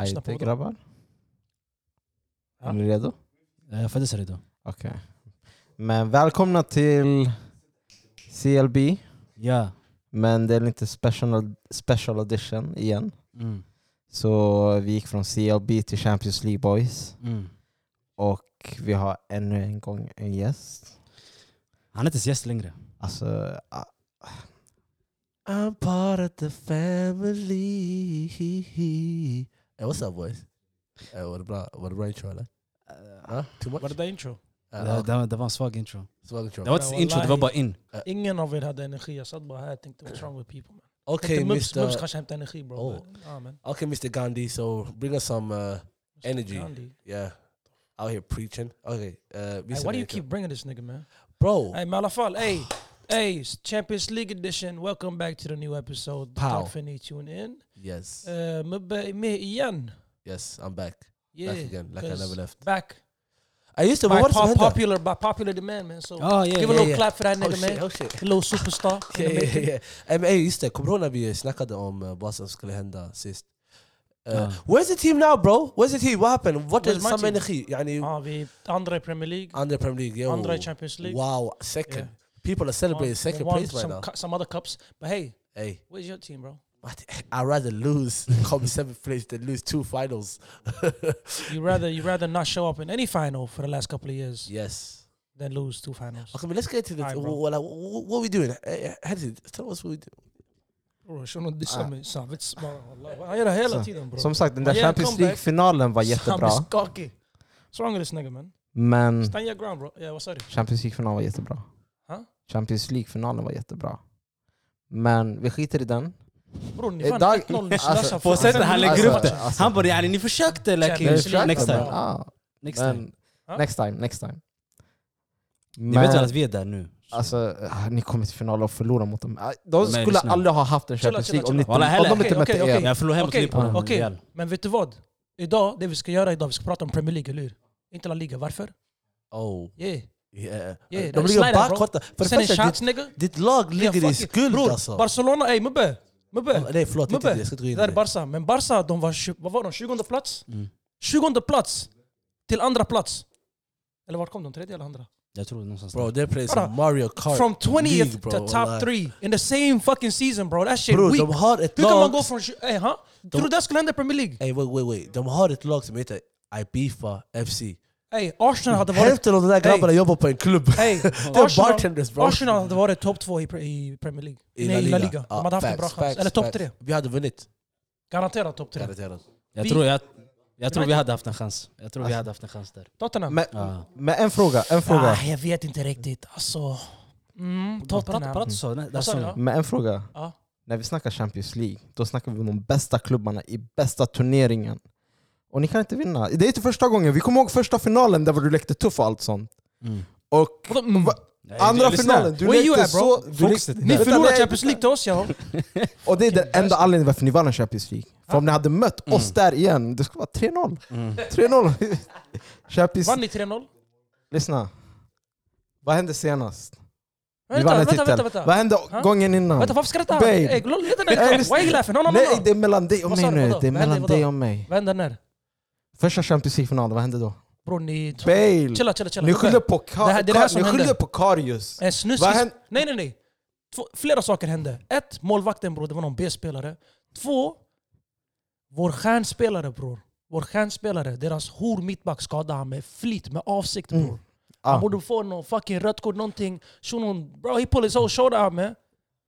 lyssna på Ajde dem. grabbar. Ja. Är ni redo? Jag föddes redo. Okej. Men välkomna till CLB. Ja. Men det är inte special, special edition igen. Mm. Så vi gick från CLB till Champions League Boys. Mm. Och vi har ännu en gång en gäst. Han är inte ens gäst längre. Alltså... ah. I'm part of the family. Hey, what's up boys? Hey, var det bra, var det bra intro eller? آه، Huh? Too much? Uh, Var det där intro? Ja, Det, det, det var en svag intro. svag intro. Det var inte ens intro, det var bara in. Ingen av er hade energi. Jag satt bara här och tänkte what's wrong with people? Man. Okay, Tänkte, Mubs, Mubs Mr. kanske hämtar energi bro. Oh. But, ah, man. Okay, Mr. Gandhi. So bring us some. Uh, Energy. Gandhi. yeah, out here preaching. Okay, uh, Hey, why do you Mr. keep bringing this nigga man? bro? Hey, men i alla fall, hey, hey, Champions League edition. Welcome back to the new episode. Pow. Tack för att ni tune in. Yes, Uh, Mubbe är med igen. yes, I'm back, Yeah, back again, like I 'cause never left. Back. I used to. By, But what is pop, my head popular, by popular demand man. So Ah, yeah, give a yeah, little Oh, yeah. clap for that though? nigga Oh shit! man. Oh shit! A little superstar. in Yeah, the yeah, making. yeah. Hey, man, hey, just that. Kommer du ihåg när vi snackade om uh, vad som skulle hända sist? Uh, Ja. Where's the team now, bro? Where's the team? What happened? What Ah. Where's is my some team? Ah. energy? يعني Ja, vi är andra i Premier League, andra Premier League. Yo. andra i Champions League. Wow, second. Yeah. People are Won- celebrating second won place right some, now. cu- some other cups. But hey, Hey, where's your team bro? I'd rather lose come seventh place than lose two finals. You rather you rather not show up in any final for the last couple of years yes. than lose two finals. Okay, but let's get to the. Alright, bro. well, like, what, what are we doing? Eh, Henderson, tell us what we do. Bror, shunon Ah. dissar mig. Savits bara. wallah. Han gör det hela Så- tiden bror. Som sagt, den där Man gör en Champions comeback. League-finalen var Han jättebra. blir skakig. What's wrong with this nigga man? Mm. Men Stand your ground bro. Yeah, vad sa du? Champions League-finalen var jättebra. Ha? Champions League-finalen var jättebra. Men vi skiter i den. Eh, Bror ni vann Idag- ah, 1-0 alltså, nyss. På sättet han lägger upp det. alltså. Han bara yani يعني، ni försökte Champions lakin... League. Next men, time. ah, Next time. men, Ja. next time, next time. Ni vet väl Men, att vi är där nu? alltså, ah, ni kommer till final och förlorar mot dem. Ah, De Men skulle lyssna. aldrig ha haft en Chilla, Champions chilla, League om, ni inte, Walla, om de heller. inte Okej, mötte okej, er. okej. Jag förlorade hem Okej, till Liverpool. okej. Real. Men vet du vad? Idag, det vi ska göra idag, vi ska prata om Premier League, eller hur? Inte La Liga. Varför? Oh, Yeah. yeah. Yeah, de that's ligger Snyder, bro. bakåt. För det Sen en första, chans ditt, nigga. ditt lag Ja, ligger i fuck it. skuld Bror, alltså. Barcelona, ey Mubbe! Mubbe! Nej, förlåt. inte Mubbe, det. Jag ska inte gå in Det där är i det. Barca, men Barca de var, tju- vad var de, 20 plats? Mm. 20 plats till andra plats. Eller vart kom de? Tredje eller andra? Jag tror någonstans Bro, där. they play Bara, some Mario Kart. From 20th League, bro, to wallah. top 3 in the same fucking season bro, that shit Bro, weak. de har ett Hur kan man lag... gå från... tju- Ey, ha? Tror du det skulle hända i Premier League? Ey, wait, wait, wait. De har ett lag som heter Ibiza FC. Ey, Arsenal hade varit... Hälften av de där grabbarna jobbar på en klubb. Ey, De är Arsenal- bartenders bro. Arsenal hade varit topp två i, pre- i Premier League. I Nej, i La Liga. Ja, De hade haft en bra Ah, facts, chans. facts, Eller topp facts. tre. Vi hade vunnit. Garanterat topp tre. garanterat. Jag vi- tror jag... Jag tror vi hade haft en chans. Jag tror vi hade haft en chans där. Tottenham. Men, Ja. men en fråga, en fråga. Ah, jag vet inte riktigt. Alltså... Mm, Prata Tottenham. prata så. nej, där Vad sa sa du? ni. Ja. Men en fråga. Ja. När vi snackar Champions League, då snackar vi om de bästa klubbarna i bästa turneringen. Och ni kan inte vinna. Det är inte första gången. Vi kommer ihåg första finalen där du lekte tuff och allt sånt. Mm. Och Vadå, mm. Nej, andra lyssna. finalen, du Where you lekte at, bro? så... Du Fokus- lekte, Ni Vänta, förlorar nej, Champions League till oss ja. Och det är den enda anledningen varför ni vann en Champions League. För om ni hade mött Mm. oss där igen, det skulle vara 3-0. Mm. 3-0. Champions... Vann ni 3-0? Lyssna. Vad hände senast? Ni Vänta, vann en vänta, titel. vänta. Vänta, Vad hände Ha? gången innan? vänta varför skrattar han? Eh, Babe. Ey, glöm inte Nej, den. lyssna. Why you laughing? No, no, no. Nej, no. det är mellan dig och Vad mig sa du? nu. Vadå? Det är Vad hände? mellan Vadå? dig och mig. Vad händer när? Första Champions League-finalen, vad hände då? Bror ni... Bale! Chilla, chilla, chilla. Ni skyller på, Det här- det är det här Kar- som ni skyller händer. Eh, på Karius. En snus... Vad hände? Nej, nej, nej. Två, flera saker hände. Ett, målvakten bror, det var någon B-spelare. Två, vår stjärnspelare bror. Vår stjärnspelare, deras hor mittback skadade han med flit, med avsikt bror. Mm. Han Ah. borde få någon fucking rött kort, någonting. Shunon, bro he pulled his whole shoulder out man.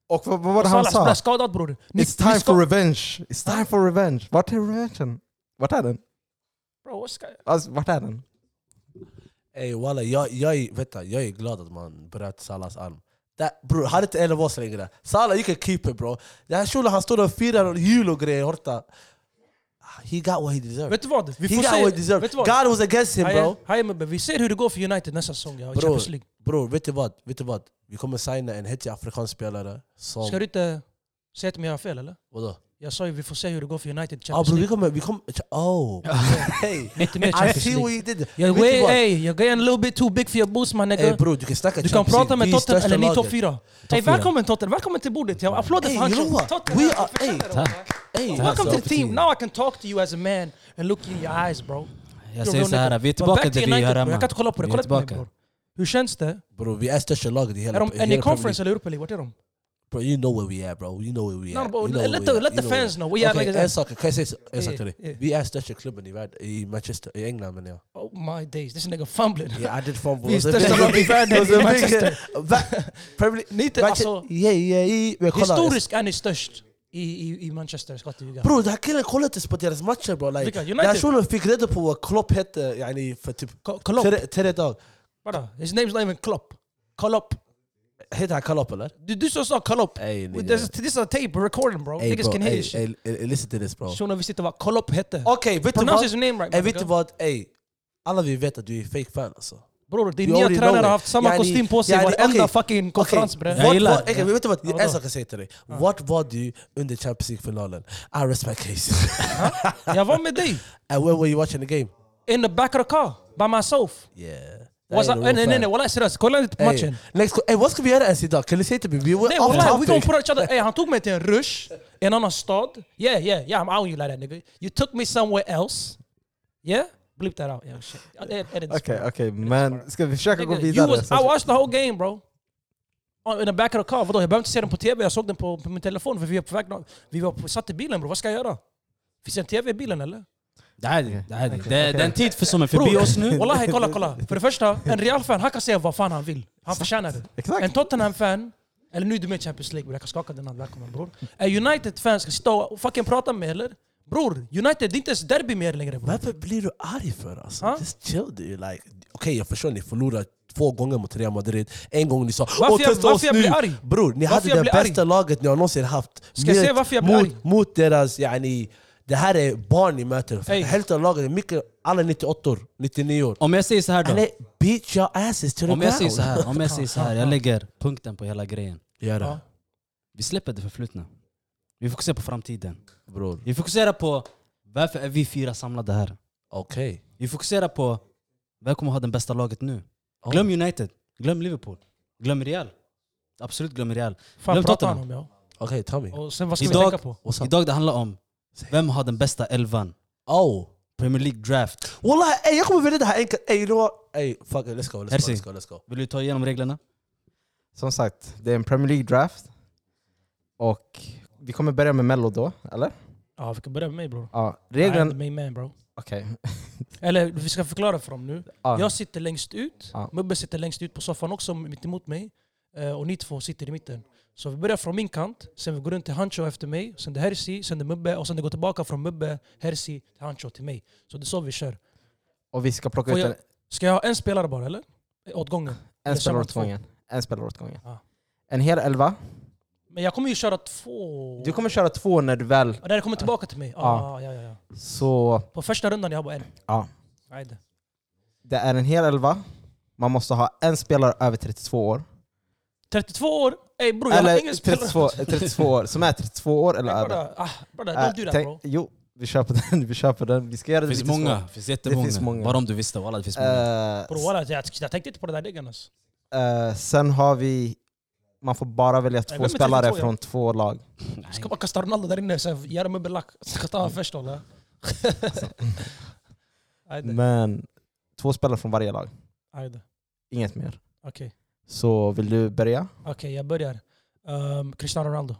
Och vad, vad var det han Salah blev sa? skadad bror. Ni- It's time ni ska- for revenge. It's time for revenge. Vart är revengen? Vart är den? Bro, what ska... Alltså, vart är den? Ey walla, jag, jag, är- vänta, jag är glad att man bröt Salas arm. That, bro, han är inte en av oss längre. Salah, you can keep it bro. Den här shunon, han stod och firade och jul och grejer. Horta. Ah, He got what he deserved. Vet du vad? Vi He got what he Vet deserved. du vad? God was against him bro. Haje- Haje Mubbe, vi ser hur det går för United nästa säsong. Ja, i Bror. Champions League. Bror, vet du vad? Vet du vad? Vi kommer signa en hetsig afrikansk spelare som... Ska du inte säga till mig att jag har fel eller? Vadå? Jag sa ju vi får se hur det går för United Ja Champions bror, vi League. kommer... Vi kommer oh! Hey! Inte mer I Champions see what League. you did. Jag Vet du way, vad? ey, jag är en little bit too big för your boost man Ey nigga. bror, du kan snacka Du kan Champions prata med League, det är Tottenham, största eller ni topp laget. fyra. Ey fyra. välkommen Tottenham, välkommen till bordet. Jag applåder Ey för you know han. what? Tottenham. We are... Ey! Ey! Welcome to alltså, the team. Now I can talk to you as a man and look you in your eyes bro. Jag You're säger real så här, nigga. vi är But tillbaka back till to vi United, gör bro. Jag hemma. kan inte kolla på det. Vi är Kolla inte på mig tillbaka. bror. Hur känns det? Bror vi är största laget i hela... Är, de, är hela ni Premier conference eller Europa League? Vart är de? League. Bro you know where we are bro, you know where we No, are. bro, You know where let we the- are. let You the where fans we know. We are Okej, like- En sak, kan jag säga så- en sak Eh, till dig? eh. Vi är största klubben i världen, i Manchester, i England menar jag. Oh my days, this nigga fumbling. Yeah, I did fumble. Vi är största lag i världen i Manchester. Premier League. Ni inte, alltså, Yeah, yeah, yeah. Men kolla, historiskt är ni störst i, i, i Manchester, ska jag inte ljuga. Bror den här killen kollade inte ens på deras matcher bror. Like, Vilka? den United? här shunon fick reda på vad Klopp hette yani, för typ Ko- Klopp. tre- tre dagar. Brother, his name's not even Klopp. Klopp. Heter han Klopp eller? Du, du som sa Klopp. Ey, nigga. This is, this is a tape, a recording bro. Ey, Niggas can hear ey, this shit. ey, ey, Listen to this bro. Shunon visste vad Klopp hette. Okej, vet du Pronounce vad? his name right. Ey, my vet du nigga. vad? Ey, alla vi vet att du är fake fan alltså. Bror, din You nya already tränare know har it. haft samma Yani- kostym på sig yani, varenda okej. fucking konferens bre. Jag What gillar var- det. okej, vet du vad? Ja, En vadå? sak jag säger till dig. Vart var du under Champions League-finalen? I rest my case. Jag var med dig. And where were you watching the game? In the back of the car, by myself. Yeah. Was I, Jag är en real nej nej fan. nej, walla seriöst. Kolla inte på Ey, matchen. Next, ey, vad ska vi göra ens idag? Kan du säga till mig? Vi Nej were off wallah, we gonna topic. put each other... Ey, han tog mig till en rush, i en annan stad. Yeah, yeah, yeah, I'm out you like that nigga. You took me somewhere else. Yeah? Bleep that out. Yeah, shit. Edit, edit this Okej, part. okej, men ska vi försöka gå Nigga, you vidare? was, Så I att- watched the whole game bro. On- In the back of the car. Vadå, jag behöver inte se den på tv, jag såg den på, på min telefon. För vi, var på väg, nå- vi var på, satt i bilen bro, vad ska jag göra? Finns det en tv i bilen eller? Det här är det. Här är det. det. det är en tid för som är förbi Bror. oss nu. Wallahi, kolla kolla. För det första, en Real-fan han kan säga vad fan han vill. Han förtjänar det. Exakt. En Tottenham-fan, eller nu är du med i Champions League, bror. jag kan skaka den hand, välkommen bror. En United-fan ska stå och fucking prata med eller? Bror, United det är inte ens derby mer längre bror. Varför blir du arg för alltså? Ha? Just chill dude. Like, Okej jag förstår ni förlorade två gånger mot Real Madrid. En gång ni sa Varför "Åh, jag- testa varför oss jag nu." blir arg? Bror, ni Varför jag hade det blir arg? bästa laget ni har någonsin haft. Ska jag Mot- säga varför jag blir arg? mot, mot deras, yani, det här är barn ni möter. Ey. Hälften av laget, är mycket, alla 98 or 99 år. Om jag säger så här då. Eller beat your asses to the Om jag säger ground. så här, om jag säger så här, jag lägger punkten på hela grejen. Gör det, Ja. Vi släpper det förflutna. Vi fokuserar på framtiden. bror. Vi fokuserar på varför är vi fyra samlade här. Okej. Vi fokuserar på vem kommer ha det bästa laget nu. Glöm United, glöm Liverpool, glöm Real. Absolut glöm Real. Fan Glöm pratar han om Tottenham. ja. Okej, Tommy. Och sen vad ska vi Idag- tänka på? What's up? Idag det handlar om vem har den bästa elvan. Oh. Premier League draft. Wallah, ey, jag kommer välja det här enkelt. Ey, you know what? Ey, fuck it, let's go, let's go, Hersi. let's go, let's go. Vill du ta igenom reglerna? Som sagt, det är en Premier League-draft. Och vi kommer börja med Mello då, eller? Ja vi kan börja med mig bror. Ja, I'm the regeln... main man bro. Okej. Eller vi ska förklara för dem nu. Ja. Jag sitter längst ut, Ja. Mubbe sitter längst ut på soffan också mitt emot mig. Eh, Och ni två sitter i mitten. Så vi börjar från min kant, sen vi går runt till Hancho efter mig, sen det Hersi, sen det Mubbe och sen det går tillbaka från Mubbe, Hersi, till Hancho till mig. Så det är så vi kör. Och vi ska plocka Får ut jag- en, Ska jag ha en spelare bara eller? Åt gången. en jag kör spelare man åt två? gången. En spelare åt gången. Ja. En hel elva. Men jag kommer ju köra två... Du kommer köra två när du väl... Ah, när det kommer tillbaka till mig? Ja, Ja. ja, ja, ja. Så På första rundan jag har bara en. Ja. Nej, det. det är en hel elva. Man måste ha en spelare över 32 år. 32 år? Ey bror, jag har Eller ingen spelare. 32, 32 år, som är 32 år eller Ey, över. brother, ah, brother, Äh, don't do that tänk- bro. Jo, vi köper den. Vi köper den. Vi ska göra det Det finns lite många, svårt. det finns jättemånga. Det finns många. Bara om du visste, wallah det finns många. Eh, Bror walla, jag, jag tänkte inte på det där diggen alltså. Eh, sen har vi... Man får bara välja vem två är spelare 32, ja? från två lag. Ska bara kasta Ronaldo där inne, sen göra mig belack. Ska ta honom först walla. Ajde, Men två spelare från varje lag. ajde. Inget mer. Okej, Så vill du börja? okej jag börjar. Um, Cristiano Ronaldo.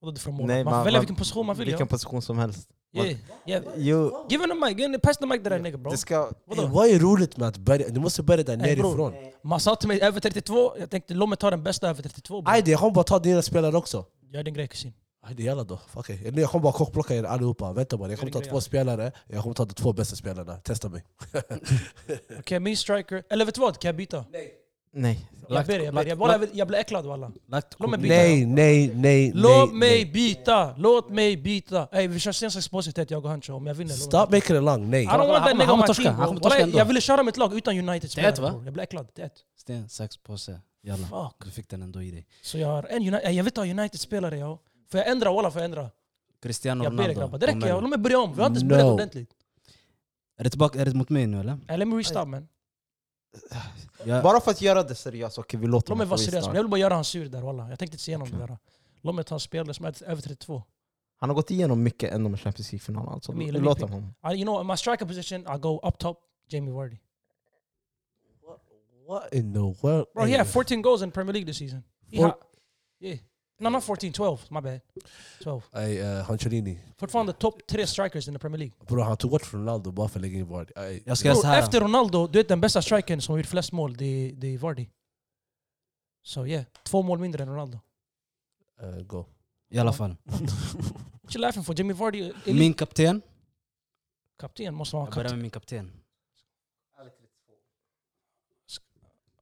Vadå det från målet? Nej, man, man- får välja man- vilken position man vill. Vilken Ja. position som helst. Yeah, yeah. Jo, Give him the mic, give him, pass the mic där nigga bro. det ska... Vadå? Ey, vad är roligt med att börja? Du måste börja där Ey, bror. nerifrån. Man sa till mig över 32, jag tänkte låt mig ta den bästa över 32 bro. Ajde, jag kommer bara ta dina spelare också. Gör din grej kusin. Ajde, jalla då. Fuck it. Nu, Jag kommer bara kockblocka er allihopa. Vänta bara, jag kommer ta två spelare. Jag kommer ta de två bästa spelarna. Testa mig. Okej, min striker. Eller vet du vad? Kan jag byta? Nej. Jag ber, jag ber. Jag, walla, jag, vill- jag blir äcklad walla. Lagt Låt mig kort- byta. Nej, nej, nej, Låt nej, mig nej. byta! Låt mig byta! Ey vi kör senast expositet jag och Hancho om jag vinner. lovar Stop making it long. Nej. jag. I don't want Han- that han nigga on kommer my torska. team. Han kommer bro. torska Walla, ändå. Jag ville köra mitt lag utan United Det är ett, spelare va? bror. Jag blev äcklad. Det är ett. Sten, sax, påse. Jalla. Fuck. Du fick den ändå i dig. Så jag har en United... Jag vill ta United-spelare jag. Får jag ändra? Walla får jag ändra? Cristiano Jag ber er grabbar. Ronaldo. Det och räcker, Melo. låt mig börja om. Vi har inte ens börjat No. ordentligt. Är det, tillbaka, är det mot mig nu eller? Eh, Let me restart man. Jag, Bara för att göra det seriöst, okej vi låter Låt mig honom vara få seriös. restart. men Jag vill bara göra han sur där walla. Jag tänkte inte se igenom det där. Låt mig ta en spelare som är över 32. Han har gått igenom mycket ändå med Champions League-finalen. Alltså, Men vi Olympic- låter honom. I, Ah, you know, in my striker position, I go up top, Jamie Vardy. What in the world? Bro, he had 14 goals in Premier League this season. He Four- ha- yeah. No, not 14, 12. My bad. 12. Ey, eh, Hancherini. Fortfarande topp tre strikers in the Premier League. Bror han tog bort Ronaldo bara för att lägga in Vardy. Ey, jag ska göra Bro, såhär. efter Ronaldo, du vet den bästa strikern som gjort flest mål, det är, det är Vardy. Så yeah, två mål mindre än Ronaldo. eh, go. I alla fall. What you laughing for? Jamie Vardy, min Min kapten. kapten, måste vara Jag börjar kapten. med min kapten.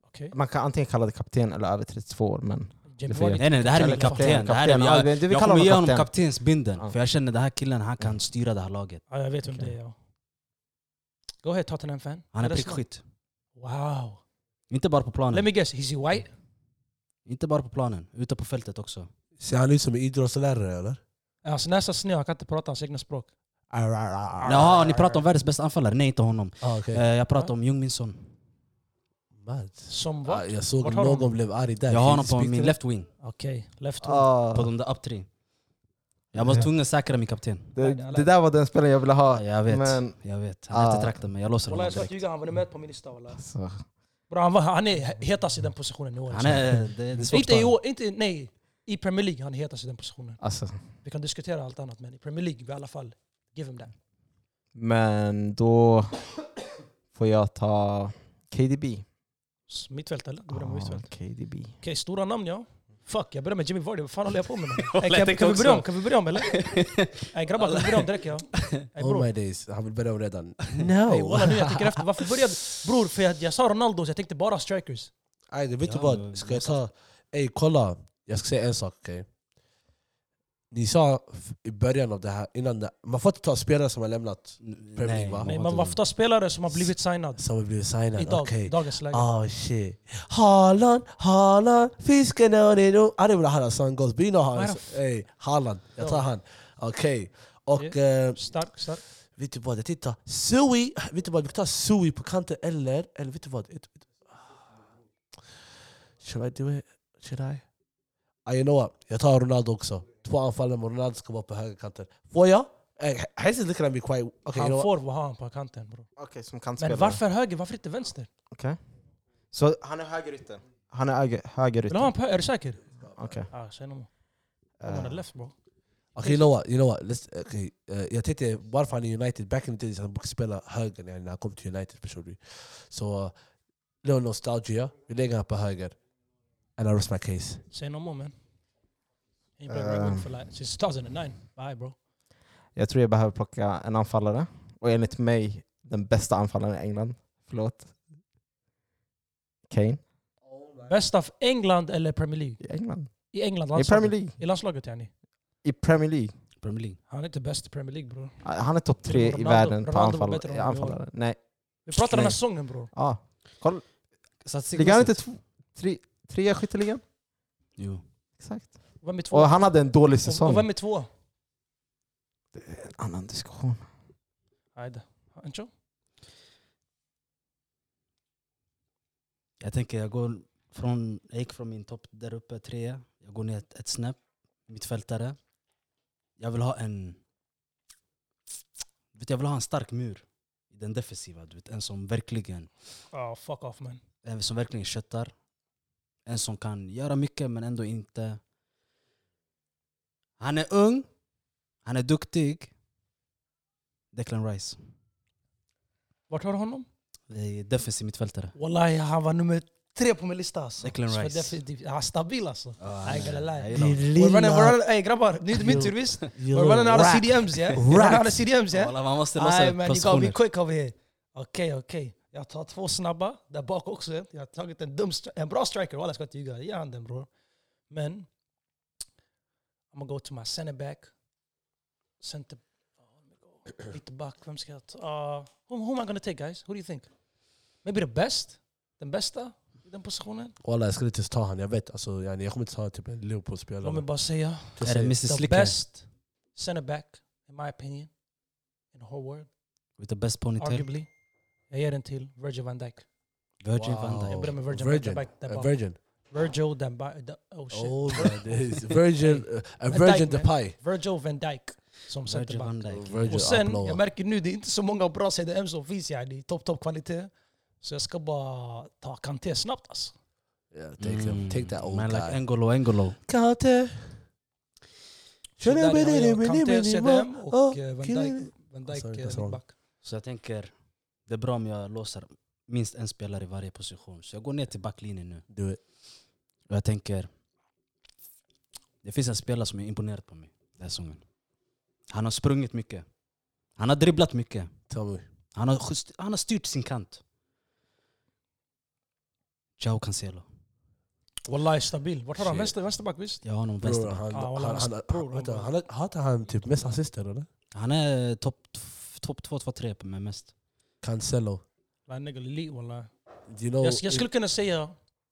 Okej. Man kan antingen kalla det kapten eller över 32 år, men... Jamie får jag Vardy. Nej nej, det här är Eller min kapten. Det här är, ja, jag, det- det vi jag kallar kommer ge honom honom kapten. kaptensbindeln. Ja. För jag känner den här killen, han kan styra det här laget. Ja, jag vet vem det är. ja. Go ahead, Tottenham-fan. Han är Let us know. prickskytt. Wow. Inte bara på Let planen. me guess, is he white? Inte bara på planen. Ute på fältet också. Ser han ut som en idrottslärare eller? Alltså nästa snö, jag kan inte prata hans egna språk. Ar, ar, ar, ar. Jaha, ni pratar om världens bästa anfallare? Nej, inte honom. Ah, okej. Eh, Jag pratar om Jung Min Son. Mad. Som Ah, vad? jag såg Vart har någon de? blev arg där. Jag har honom Finns på det min spikare? left wing. Okej, left wing. På Ah, de där up three. Jag var tvungen att säkra min kapten. det, det där var den spelaren jag ville ha. Jag vet, Men, jag vet. Han Ah. eftertraktar mig. Jag låser Walla honom jag ska direkt. inte ljuga, han var med på min lista walla. så. Bro, han, var, han är hetast i den positionen i år. Han är, det, det är svårt inte i för honom. år, inte, nej. I Premier League, han är hetast i den positionen. Alltså, Vi kan diskutera allt annat, men i Premier League i alla fall. Give him that. men då får jag ta KDB. S- Mittfält eller? Du börjar med Ah, mittfält. KDB. Okej, stora namn ja. Fuck, jag börjar med Jimmy Vardy. Vad fan håller jag på med? man? Jag Ey, kan, tänkte kan vi också. börja om? Kan vi börja om eller? Ey grabbar, kan vi börja om direkt ja? Ey Oh bror, my days, han vill börja om redan. ey, walla nu jag tänker efter. Varför började... Bror, för jag, jag sa Ronaldo så jag tänkte bara strikers. Ey, vet du Ja, men- vad? Ska jag ta... Ey, kolla. Jag ska säga en sak, okej? Ni sa f- i början av det här, innan det, man får inte ta spelare som har lämnat, Premier League, va? Nej, man var ofta spelare som har blivit signad. som har blivit signad. Idag, Okej. dagens läge. Oh shit. Haaland, Haaland, fisken on it. I Ah, didn't have a son goes, but you know how Why it's- the f- Hey, Haaland. Jag tar han. Okej. Och eh, Stark, stark. vet du vad, jag tittar. Sui, vet du vad, vi kan ta Sui på kanten eller, eller vet du vad? Ett- ett- ah. Should I do it? Should I? Ah, you know what? Jag tar Ronaldo också. Två anfallare, men Ronaldo ska vara på högerkanten. Får jag? Eh, Hayes is looking at me quite... Okay, you Han know what? får vad han på kanten bror. Okej, som kantspelare. Men varför höger? Varför inte vänster? Så han är högerytter? Han är höger- Vill du ha högerytter. en på- Är du säker? Okej. Ah, säg no more. Eh, I'm on the left bro. Okay, you know what? You know what? Let's, okay, eh, jag tänkte varför han är United, back in the days han brukade spela höger när han kom till United personligen. Så uh, little nostalgia, vi lägger honom på höger. And I rest my case. Say no more man. He been Eh. right wing for like since 2009. Bye bro. Jag tror jag behöver plocka en anfallare. Och enligt mig, den bästa anfallaren i England. Förlåt. Kane Best of England eller Premier League? i England. I England, I Premier landslaget. League. I landslaget yani. I Premier League. Ah, Premier League. Han är inte bäst i Premier League bror. Han är topp tre i Ronaldo- världen på Ronaldo var bättre anfallare. än i honom i år. anfallare. Nej. Vi pratar den här Nej. säsongen bror. Ah. Ligger han inte Statistikmässigt. tv- tre- trea i skytteligan? Jo. Exakt. Vem är två? Och han hade en dålig Och, säsong. och vem är två? En annan diskussion. Ajde. Ancho? Jag tänker jag går från, jag gick från min topp där uppe, trea. Jag går ner ett, ett snäpp, mittfältare. Jag vill ha en... Vet, du, jag vill ha en stark mur. i Den defensiva, du vet. En som verkligen, Ah fuck off man. en som verkligen köttar. En som kan göra mycket men ändå inte... Han är ung, han är duktig. Declan Rice. Vart har du honom? Det är Defensiv mittfältare. Wallahi han var nummer tre på min lista alltså. Declan Så Rice. definitivt- Han är stabil alltså. I gotta lie. Jag gillar honom. We're running, we're running, hey grabbar, nu är det min tur visst? We're running out of CDMs yeah? We're running out of CDMs yeah? Walla, Man måste Ay, lossa man, you gotta be positioner. quick over here. Okej, okej. Jag tar två snabba, där bak också. Jag har tagit en, dum stri- en bra striker, walla jag ska inte ljuga. Ge han den bror. Men, I'm gonna go to my center back. Center... oh, Lite back, vem Ah, ska jag ta? Uh, who, who am I gonna take guys? Who do you think? Maybe the best? Den bästa? i den positionen. Wallah jag skulle inte ens ta han, jag vet. Alltså, yani, jag kommer inte ta typ en Låt Liverpool-spelare. mig bara säga, Jag Är det säger- Mrs the Licker best center back, in my opinion, in the whole world, with the best ponytail? arguably. Jag ger den till Virgil van Dijk. Virgil Wow. van Jag Dijk. börjar med Virgil Virgin. van Dijk. Där A bak. virgin. Virgil den ba- den- oh shit. أه، Oh my days. Virgin, uh, a Van virgin Dijk, man. Depay. Virgil van Dijk som Virgil centerback. van Dijk. Virgil Och sen, Abloh. jag märker nu, det är inte så många bra CDM som finns yani, topp, topp kvalitet. Så jag ska bara ta Kanté snabbt alltså. Yeah, take them. Take that old Mm. Man guy. like Engolo, Engolo. Kante. Så där har jag Kanté Kante, CDM och eh, Van Dijk, Van Dijk Oh, Sorry, eh, that's wrong. mittback. Så jag tänker, det är bra om jag låser minst en spelare i varje position. Så jag går ner till backlinjen nu. Do it. Och jag tänker, det finns en spelare som är imponerad på mig den här säsongen. Han har sprungit mycket. Han har dribblat mycket. Tell me. Han har, just, han har styrt sin kant. Ciao Cancelo. Wallahi stabil. Vart har han? Shit. Vänster, vänsterback visst? Jag har honom Bror, vänster. han, Ah, han, wallah, han, hans han, bror, vänta, wallah. han, har- har inte han typ mest assister eller? Han är topp top 2, 3 på mig mest. Cancelo. La nigga Lili wallahi. Do you know, Jag, jag skulle kunna säga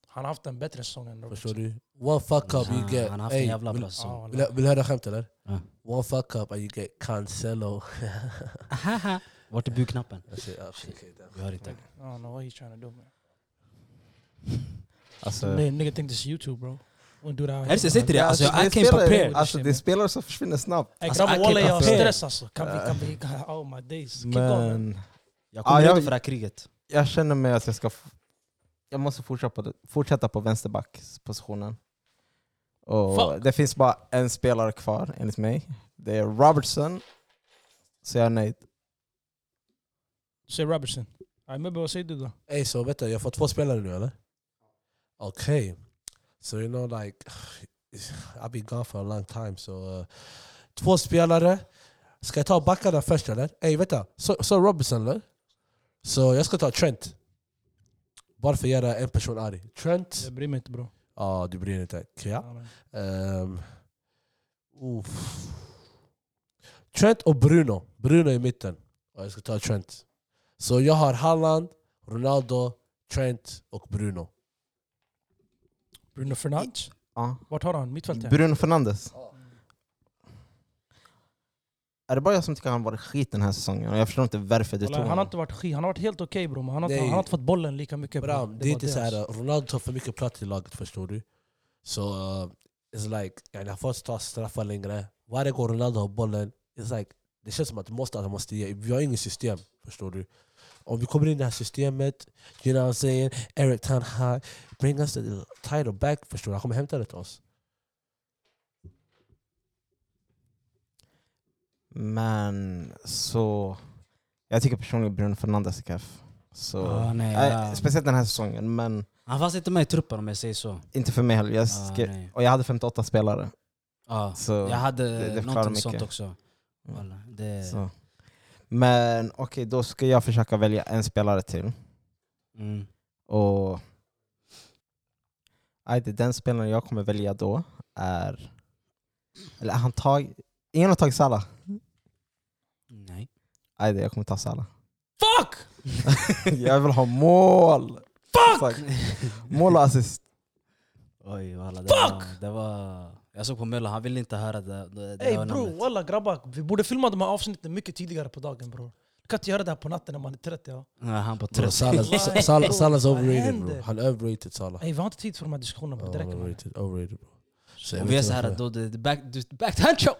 han har haft en bättre säsong än Förstår Robertson. du? One fuck up you Han, get. han har haft Ey, en jävla vill- bra Ja, säsong. Ah, wallahi. Vill, vill du höra skämt eller? Ja. One fuck up and you get Cancelo. Ahaha. Vart är buknappen? Jag säger, ah, okay, damn. Jag hör inte. I don't know what he's nou, trying to do man. Alltså, Eh. Nigga, nigga think this is YouTube bro. Wouldn't do that Är det så? out here. Jag säger till dig, alltså, det är I came eh, prepared. spelare, alltså, det är spelare som försvinner snabbt. Ey Alltså, grabbar I walla can't jag har compare. stress alltså. Kan vi, kan vi, kan- oh my days. Keep going. Men Jag Ah, kommer jag- redo för det här kriget. jag känner mig att jag ska... f- Jag måste fortsätta på, fortsätta på vänsterbackspositionen. Och Fuck. det finns bara en spelare kvar enligt mig. Det är Robertson. Så jag är nöjd. Säg Robertson. Ey Mebbe vad säger du då? Ey så vänta, jag får två spelare nu eller? Okej. eh? So you know like, I've been gone for a long time so... Uh, två spelare. Ska jag ta backarna först eller? Ey vänta, så so, Robinson eller? Så jag ska ta Trent. Bara för att göra en person arg. Trent. Jag bryr mig inte bro. Ja, du bryr dig inte. Kea. Ja, men. Ehm, uff. Trent och Bruno. Bruno i mitten. Och jag ska ta Trent. Så jag har Haaland, Ronaldo, Trent och Bruno. Bruno Fernandes? Ja. Vart har han? Mittfältare? Bruno Fernandes. Ja. Är det bara jag som tycker han varit skit den här säsongen? Och jag förstår inte varför det Walla, tog han har honom. inte varit skit. Han har varit helt okej bro, men han har, inte- Nej. han har inte fått bollen lika mycket. bro. Bram, det är var inte så här, alltså. Ronaldo tar för mycket plats i laget förstår du. Så eh, it's like, yani, han får inte ta straffar längre. Varje gång Ronaldo har bollen, it's like, det känns som att det måste, att han måste ge. Vi har inget system, förstår du. Om vi kommer in i det här systemet, you know what I'm saying? Eric Tan Hag, bring us the title back, förstår du. Han kommer hämta det till oss. Men så... Jag tycker personligen Bruno Fernandes är keff. Så... Ah, nej, Nej, ja. Speciellt den här säsongen, men Han fanns inte med i truppen om jag säger så. inte för mig heller. Jag Ah, skrev- nej. och jag hade 58 spelare. Ja. Så, Jag hade det förklarar någonting mycket. Mm. sånt också. Walla, Det, så. Men okej, då ska jag försöka välja en spelare till. mm. Och... Nej, det- den spelaren jag kommer välja då är... Eller han tag... Ingen har tagit Salah. Nej. Nej, det- jag kommer ta Salah. Fuck! jag vill ha mål! Fuck! Mål och assist. Oj walla, det Fuck! var, det var... Jag såg på Mello, han ville inte höra det, det, det Ey där bro, namnet. walla grabbar. Vi borde filma de här avsnitten mycket tidigare på dagen bror. Du kan inte göra det här på natten när man är trött ja. Nej, han bara Bro, trött. Salah, Why? Salah, Salah, Salah's Vad overrated händer? bro. Han är overrated Salah. Ey vi har inte tid för de här diskussionerna Ja, bro. Det räcker med overrated, det. overrated bro. Så jag Och vet vi är inte såhär, varför. då det, det back, du, back to Hancho!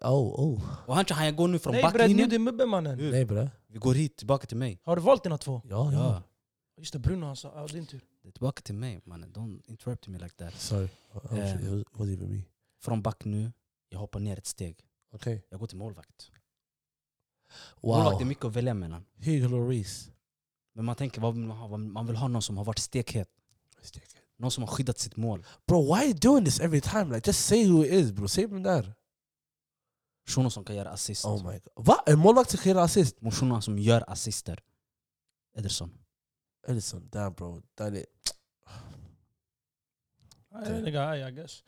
Oh, oh. Och Hancho han går nu från Nej bre, nu är backlinjen, det Mubbe mannen. Nej bre. vi går hit, tillbaka till mig. Har du valt dina två? Ja, ja. Ja, Just det, Bruno han sa. Ja, din tur. det är tillbaka till mig mannen, don't interrupt me like that. Sorry. Oh, Eh. shit, it was even me. Från back nu, jag hoppar ner ett steg. Okej. Jag går till målvakt. Målvakt är Wow. mycket att välja mellan. Hugo Lloris. Men man tänker, vad vill man, ha? Vad- man vill ha någon som har varit stekhet. Någon som har skyddat sitt mål. Bro, why are you doing this every time? Like, just say who it is, bro. Säg vem det är. Shunon som kan göra assist. Oh my god. Va? En målvakt ska göra assist? Men Shunon som gör assister. Ederson. Edison, damn bro. That it. Ey, nigga, ey, I guess.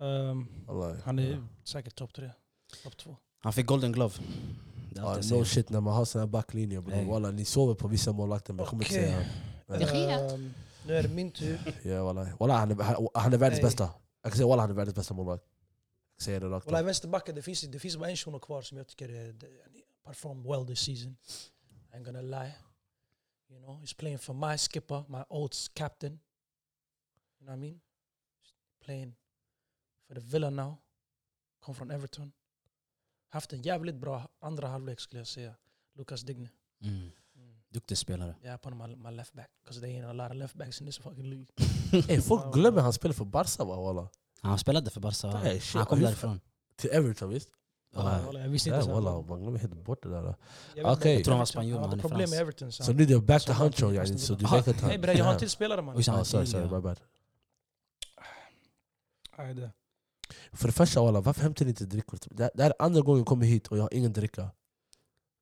Ehm, Allah. Han är säkert topp tre. Topp två. Han fick Golden Glove. Det är Ah, allt jag säger. no shit, när man har sån här backlinjer bro. Nej. Walla, ni sover på vissa målvakter men jag kommer inte Okej. säga. Ehm, Nu är det min tur. Ja wallah. Wallah han är, han- han är världens Nej. bästa. Jag kan säga wallah han är vänsterns bästa målvakt. Jag kan säga det rakt Wallah, av. vänsterbacken, det finns, det finns bara en shuno kvar som jag tycker är, yani, performed well this season. I'm gonna lie. You know, he's playing for my skipper, my old captain. You know what I mean? He's playing for the Villa now. Kom från Everton. Haft en jävligt bra andra halvlek skulle jag säga. Lucas Digne. Mm. Mm. Duktig spelare. Yeah, I put him my, my left back because they ain't a lot of left backs in this fucking league. Ey, folk glömmer han spelar för Barca va wallah. Han spelade för Barca. Nej, shit, Han kom hur- därifrån. Till Everton visst? Wallah, Ja. wallah, jag visste inte Ja så här. wallah, man glömmer helt bort det där. Jag vet inte, Okej. jag tror han var Everton. spanjor, men hade han är problem med frans. Everton. sa Så han. nu är det back to Så han- Hancho yani, så du Ah, tänker ta... Nej bre, jag har en till spelare man. Oj, så han Ah, har sorry, till, sorry, ja. my bad. Aj, det. För det första wallah, varför hämtar ni inte drickor? Det det här är andra gången jag kommer hit och jag har ingen dricka.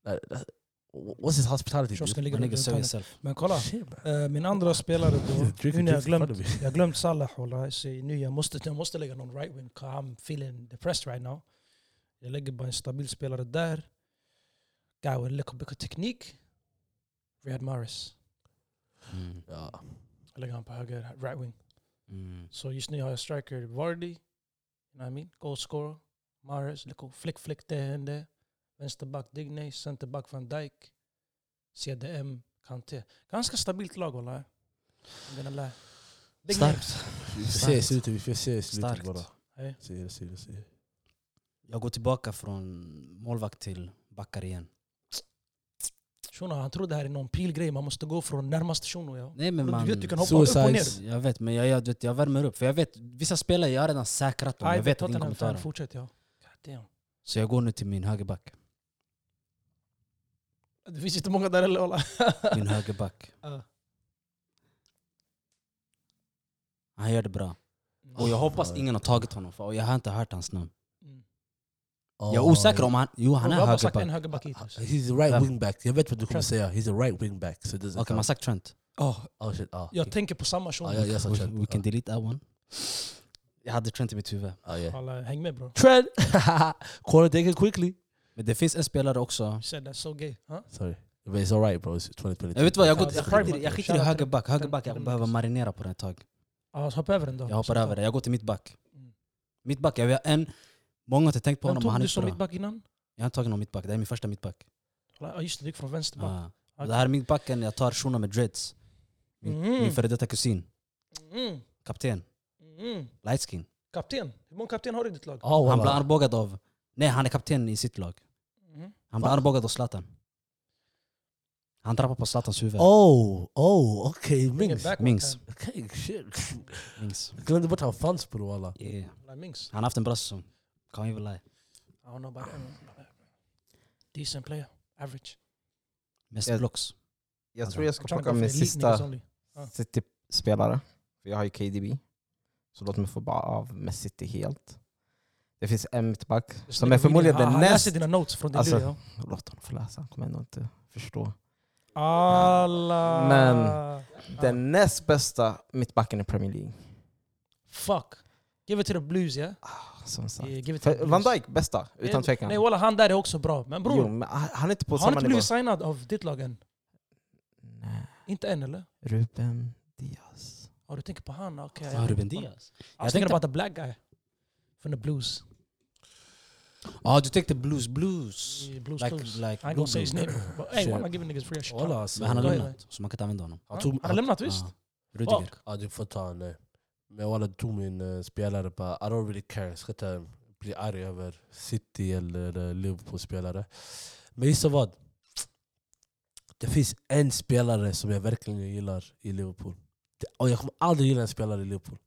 Det- det- What's his hospitality? Kiosken ligger Han ligger runt so hörnet. yourself. Men kolla, Shit, man. eh, min andra spelare då, Drink nu när jag it, drink it, glömt, fan, det blir- jag glömt Salah wallah, så nu jag måste, jag måste lägga någon right wing, 'cause I'm feeling depressed right now. Jag lägger bara en stabil spelare där. Guy with a little bit of teknik. Riyad Mahrez. Mm. Ja. Jag lägger honom på höger, right wing. Mm. Så just nu har jag striker Vardy, you know what I mean? Goal scorer, Mahrez, little flick flick där and there. Vänsterback Digne, centerback Van Dijk, CDM, Kanté. Ganska stabilt lag wallah. I'm gonna lie. Big Starkt. names. Vi får se i slutet, vi får se i slutet Starkt. bara. Hey. Se, se, se. Jag går tillbaka från målvakt till backar igen. Shuno, han tror det här är någon pilgrej, man måste gå från närmaste shuno. Ja. Nej, men Du man, vet, du kan hoppa upp och ner. Suicides. Jag vet, men jag, jag, vet, jag värmer upp. För jag vet, vissa spelare, jag har redan säkrat dem. Jag Aj, vet att ingen Tottenham kommer ta fan, dem. fortsätt ja. God damn. Så jag går nu till min högerback. Det finns inte många där heller wallah. Min högerback. Ja. Han gör det bra. Och jag hoppas fan. ingen har tagit honom, för jag har inte hört hans namn. Mm. Oh, Jag är osäker om han... Jo, han Vi är har bara sagt en högerback. högerback hittills. Ah, He's a right Vem? wingback. Jag vet vad du kommer Trent. säga. He's a right wingback. So Okej, man har sagt Trent. oh, oh shit. Ah. Jag tänker på samma shuno. Ah, jag, jag sa We, Trent. we can delete that one. Jag hade Trent i mitt huvud. Ah, yeah. Wallah, Häng med bro. Trent! Corner taken quickly. Men det finns en spelare också. You said that's so gay. Huh? Sorry. But it's alright bro. It's 2022. Jag vet vad, jag, går, Ja, jag skiter, i- Prime- jag skiter i Shout out högerback. Högerback, Trent- jag behöver marinera på det ett tag. Ja, hoppa över den då. Jag hoppar över det. Jag går till mittback. Mm. Mittback, jag har en... Många har inte tänkt på Vem honom, men tog han du är som bra. mittback innan? Jag har inte tagit någon mittback. Det här är min första mittback. Ja, just det, du gick från vänsterback. Ah. Okej. Det här är mittbacken, jag tar Shuna med dreads. Min, Mm. min före detta kusin. Mm. Kapten. Mm. Lightskin. Kapten. Hur många kapten har du i ditt lag? Oh, Han blev wallah. armbågad av... Nej, han är kapten i sitt lag. Mm. Han blev armbågad av Zlatan. Han trampade på Zlatans huvud. Oh, oh, okej. Okay. Ingen Minx. backward Minx. time. Okej, shit. Minns. Jag glömde bort han fanns bror wallah. Yeah. Like Minx. Han har haft en bra säsong. Can't even lie. I don't know about that. Decent player. Average. Mest Jag- blocks. Jag Alltså, tror jag ska I'm trying to plocka go for min the league niggas sista only. Ah. City-spelare. För jag har ju KDB. Så låt mig få bara av med City helt. Det finns en mittback Just som nigga är förmodligen reading. den Ah, Han näst... läser dina notes från din Alltså- lur, ja. Låt honom få läsa, han kommer ändå inte förstå. Alla... Men Ah. Den näst bästa mittbacken i Premier League. Fuck. Give it to the blues, yeah? Ah, Som sagt. yeah give it to the Alltså, För blues. Van Dijk, bästa. Utan Eh, Nej tvekan. walla, han där är också bra. Men Jo, bror, men han är inte på har han samma inte nivå. blivit signad av ditt lag än? Nej. Inte än eller? Ruben Diaz. Ja, du tänker på han? Okej. Ah, Ruben Diaz. I was Jag thinking tänkte- about the black guy. From the blues. Ja, Ah, du tänkte blues, blues. Yeah, Blues Like, Clues. like I ain't blue, gonna say his blue. name. But hey, why Shit. am I giving niggas free shit? Wallah alltså. Men han har Då är lämnat, så man kan inte användda honom. Han Han tog- har lämnat visst? Ah. Rudiger. Ja, du får ta nej. Men walla, du tog min eh, spelare bara, I don't really care. Jag ska inte bli arg över City eller eh, Liverpool-spelare. Men gissa vad? Det finns en spelare som jag verkligen gillar i Liverpool. Det- Och jag kommer aldrig gilla en spelare i Liverpool.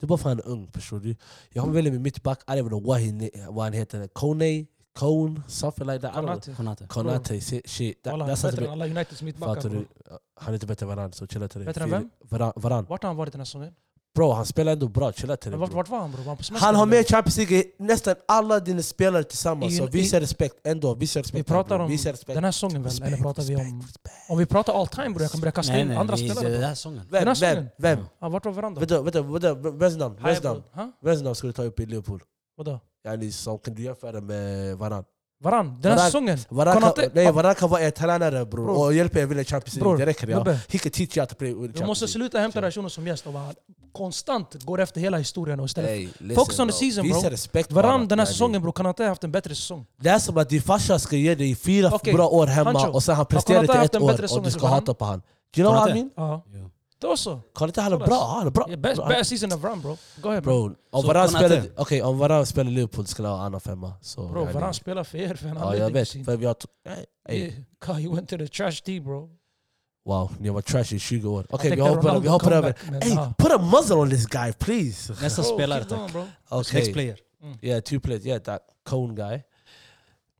Det är bara för att han är ung, förstår du? Jag kommer välja min mittback, I don't even know what, he, ne- what han heter. Kone? Cone? Something like that. I don't know. Konate. Konate. Konate, shit. shit. That, Wallah, han that's är bättre än something- alla Uniteds mittbackar. Fattar du? bror. Han är inte bättre än varann, så chilla till dig. Bättre än vem? Varann. varann. Vart har han varit den här säsongen? Bro, han spelar ändå bra. Chilla till dig. Men Vart, bro. vart var han bror? Var han på semester? Han e har eller? med Champions League i nästan alla dina spelare tillsammans. I- Så visa respekt ändå. Visa Vi respekt. pratar bro. om Visa respekt. den här säsongen väl? Eller Respekt, pratar vi om... respekt. Om vi pratar all time bror, jag kan börja kasta Nej, in nej, andra det är- spelare. det är bror. här sången. den här Vem? Vem? säsongen. Vem? Ja, Vart var varandra? Vänta, vänta. vänta, v- Vems namn? Vems namn? Ha? Vems namn ska du ta upp i Liverpool? Vadå? Yani, som kan du jämföra med varann? Varann, den här Varann- säsongen. Varann kan, Konate- nej, varann kan vara er tränare bror, Bror. och hjälpa er vinna Champions League. Bror, Det räcker. Ja. gubbe. He can teach you how to play with Vi måste Champions League. sluta hämta personer som gäst och bara konstant går efter hela historien och istället. Hey, listen, Focus on the bro. season, Visa bro. respekt Varann bara. den här Nej, säsongen bror, Kanate har haft en bättre säsong. Det är som att din farsa ska ge dig fyra Okej, bra år hemma Pancho. och sen han Har presterar Konate inte haft ett en bättre år och säsong du än ska Varan? hata på han. Do you know what I Konate? mean? Ja. Jo. Det var så. Konate han är bra, han är bra. Yeah, best, Bra. best season of Varann Oh, bro. Go ahead bro. Bro, om Så Varann Konate? spelar, okay, om Varann spelar Liverpool skulle jag ha annan femma. Så, Bro, yani. Varann spelar för er för en Ja, jag anledning. vet. sin. För vi har... t- Ey, ey, Yeah, God, he went to the trash team bro. Wow, ni har varit trash i 20 år. Okej, Jag vi tänkte hoppar, vi Ronaldo hoppar över. comeback, men, Ey, ja. put a muzzle on this guy please! Nästa Bro, spelare keep going, tack. bro. Next player. Yeah, two players. Yeah, that cone guy.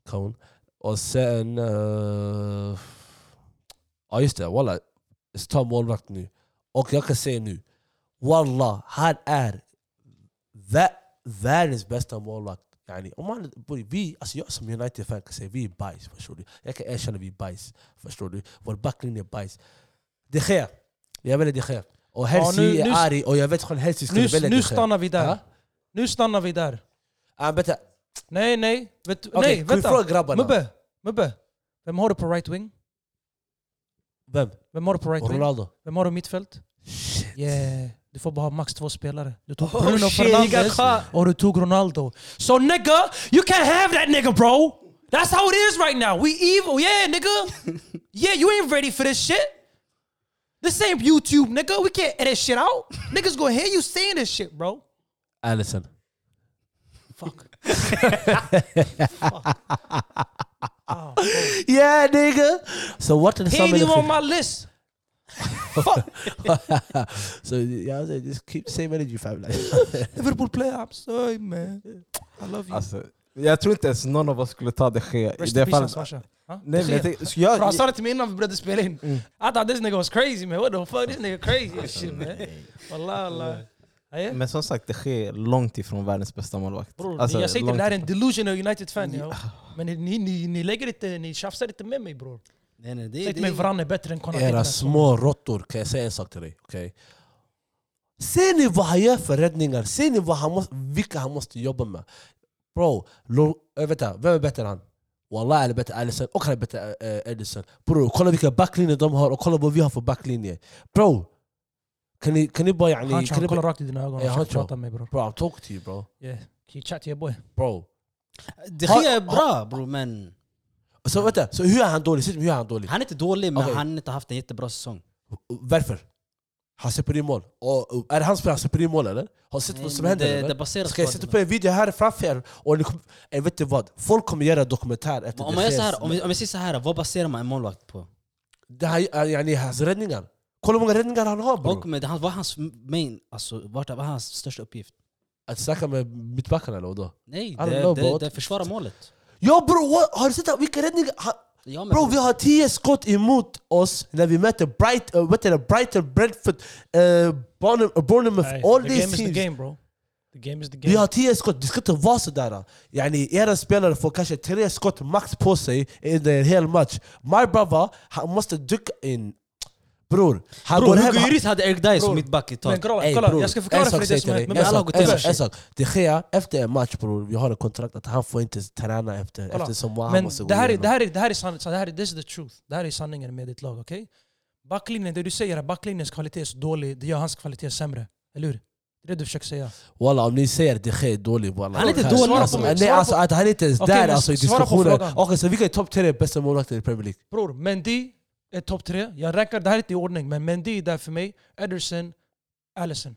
Cone. Och sen... eh, ja just det, walla. Ta målvakt nu. Och jag kan säga nu, walla, han är vä- världens bästa målvakt. Yani, om man, boy, vi, alltså jag som United-fan kan säga vi är bajs, förstår du? Jag kan erkänna vi är bajs, förstår du? Vår backlinje är bajs. Det sker. Jag väljer det sker. Och Helsi Oh, nu- är nu- arg och jag vet själv Helsi skulle Nu, välja nu det sker. stannar vi där. Ja? Nu stannar vi där. Ah, vänta, Nej, nej. Vet, Okej, nej, kan vi vänta. fråga grabbarna? Mubbe, Mubbe. Vem har du på right wing? Vem? Vem har du på right wing? Ronaldo? Vem har du mittfält? Shit. Yeah. Du får bara ha max två spelare. Du tog Oh, Bruno shit, you got Fernandes caught. och du tog Ronaldo. So nigga, you can't have that nigga bro! That's how it is right now! We evil, yeah nigga! Yeah, you ain't ready for this shit! This ain't YouTube nigga, we can't edit shit out! Niggas gonna hear you saying this shit bro! Allison. Fuck. Yeah nigga! So what did He ain't even on somebody... my list! so yeah, I was like, just keep same energy fam. Like, Liverpool player, I'm sorry man. I love you. Alltså, jag tror inte ens någon av oss skulle ta det ske i Rest det in peace alltså. fallet. hans farsa. Ha? Nej, men jag tänkte- så Oh, jag, Bro, I started to me enough, brother, spell in. Mm. I thought this nigga was crazy, man. What the fuck? This nigga crazy as shit, man. Wallah, wallah. Ah, Yeah. men som sagt, det sker långt ifrån världens bästa målvakt. Bror, Alltså, jag säger inte, långt det här är ifrån. en delusional United-fan. Ja. Men ni, ni, ni lägger inte, ni tjafsar inte med mig bror. Nej, nej, det, Säg är- till mig det, är- Varann är bättre än Konate. Era små råttor, kan jag säga en sak till dig? Okej? Ser ni vad han gör för räddningar? Ser ni vad han måste, vilka han måste jobba med? Bro, Lo, äh, vänta, vem är bättre än han? Wallah han är bättre än Alisson och han är bättre än äh, Edison. Bro, kolla vilka backlinjer de har och kolla vad vi har för backlinjer. Bro! Kan ni, kan ni bara... yani- Han kan ni kollar bara rakt i dina ögon och Ja, försöker Hancho. prata med mig bror. bro, I'm talking to you bro. Yeah. Can you chat to your boy? Bro. De Gea är bra bror men Så vänta, så hur är han dålig? Säg mig, hur är han dålig? han är inte dålig men Okej. han har inte haft en jättebra säsong. Varför? Han släpper in mål. Och, och, är det han som han släpper in mål eller? Har du sett Nej, vad som men händer? det, eller? det baseras Ska jag på- sätta upp en video här framför er? Och ni kom, eh, vet du vad? Folk kommer göra dokumentär efter Men Om man gör sker. så här, om vi, om vi säger så här, vad baserar man en målvakt på? Det här är yani, hans räddningar. Kolla hur många räddningar han har bror. Och med, han, vad är hans main, alltså vart, vad är hans största uppgift? Att snacka med mittbackarna eller vadå? Nej, don't det, know, det, bro. det är försvara målet. Ja bror, what? har du sett vilka räddningar? Han, Ja, men bro, vi har 10 skott emot oss när vi möter Bright, uh, vad heter det? Brighton, Brentford, uh, Bournemouth, uh, Bournemouth Hey, all the these game is the teams. game bro. The game is the Vi game. har 10 skott, det ska inte vara sådär. Yani, era spelare får kanske tre skott max på sig under en hel match. My brother, han måste dyka in. Bror, han Bror, går hem... Hugo han- Lloris hade Eric Dier Bror. som mittback ett tag. Men kolla, Ey, kolla, bror, jag ska förklara en för sak dig det säger som jag dig. hänt. Men En alla har sak- gått en igenom sak- En sak, de Gea, efter en match bror, vi har en kontrakt att han får inte träna efter, Kolla, eftersom vad han Men måste gå det här, är, igenom. det, här är, det här är sanningen, så det här är this is the truth. Det här är sanningen med ditt lag, okej? Backlinjen, det du säger att backlinjens kvalitet är så dålig, det gör hans kvalitet sämre. Eller hur? Det är det du försöker säga. Walla om ni säger att de Gea är dålig walla. Han är inte Alltså, dålig, svara alltså. på mig, Svara Nej på- alltså att han inte ens Okej, där men alltså, i svara på diskussionen. frågan. Okej så vilka är topp tre bästa målvakter i Premier League? Bror, Mendy är topp tre. Jag räknar, det här är inte i ordning, men Mendy är där för mig. Ederson, Allison.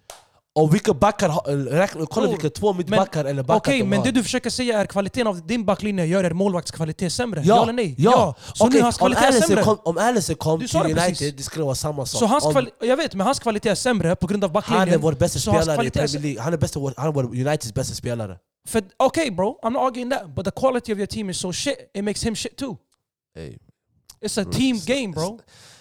Och vilka backar, har- eller räkna- kolla Bror, vilka två mittbackar eller backar Okej, de men har. det du försöker säga är kvaliteten av din backlinje gör er målvaktskvalitet sämre. Ja, eller nej? Så Okej, nu hans kvalitet är om Alisson sämre. Kom, om Alisson kom Du till sa det United, precis. det skulle vara samma sak. så hans om kvali- jag vet, men hans kvalitet är sämre på grund av backlinjen. han är vår bästa så hans spelare i kvalitet är Premier League. Han är, bästa, han är vår Uniteds bästa spelare. För okay, bro, I'm not arguing that, but the quality of your team is so shit, it makes him shit too. Ey. It's a Bro, team it's- game, bro.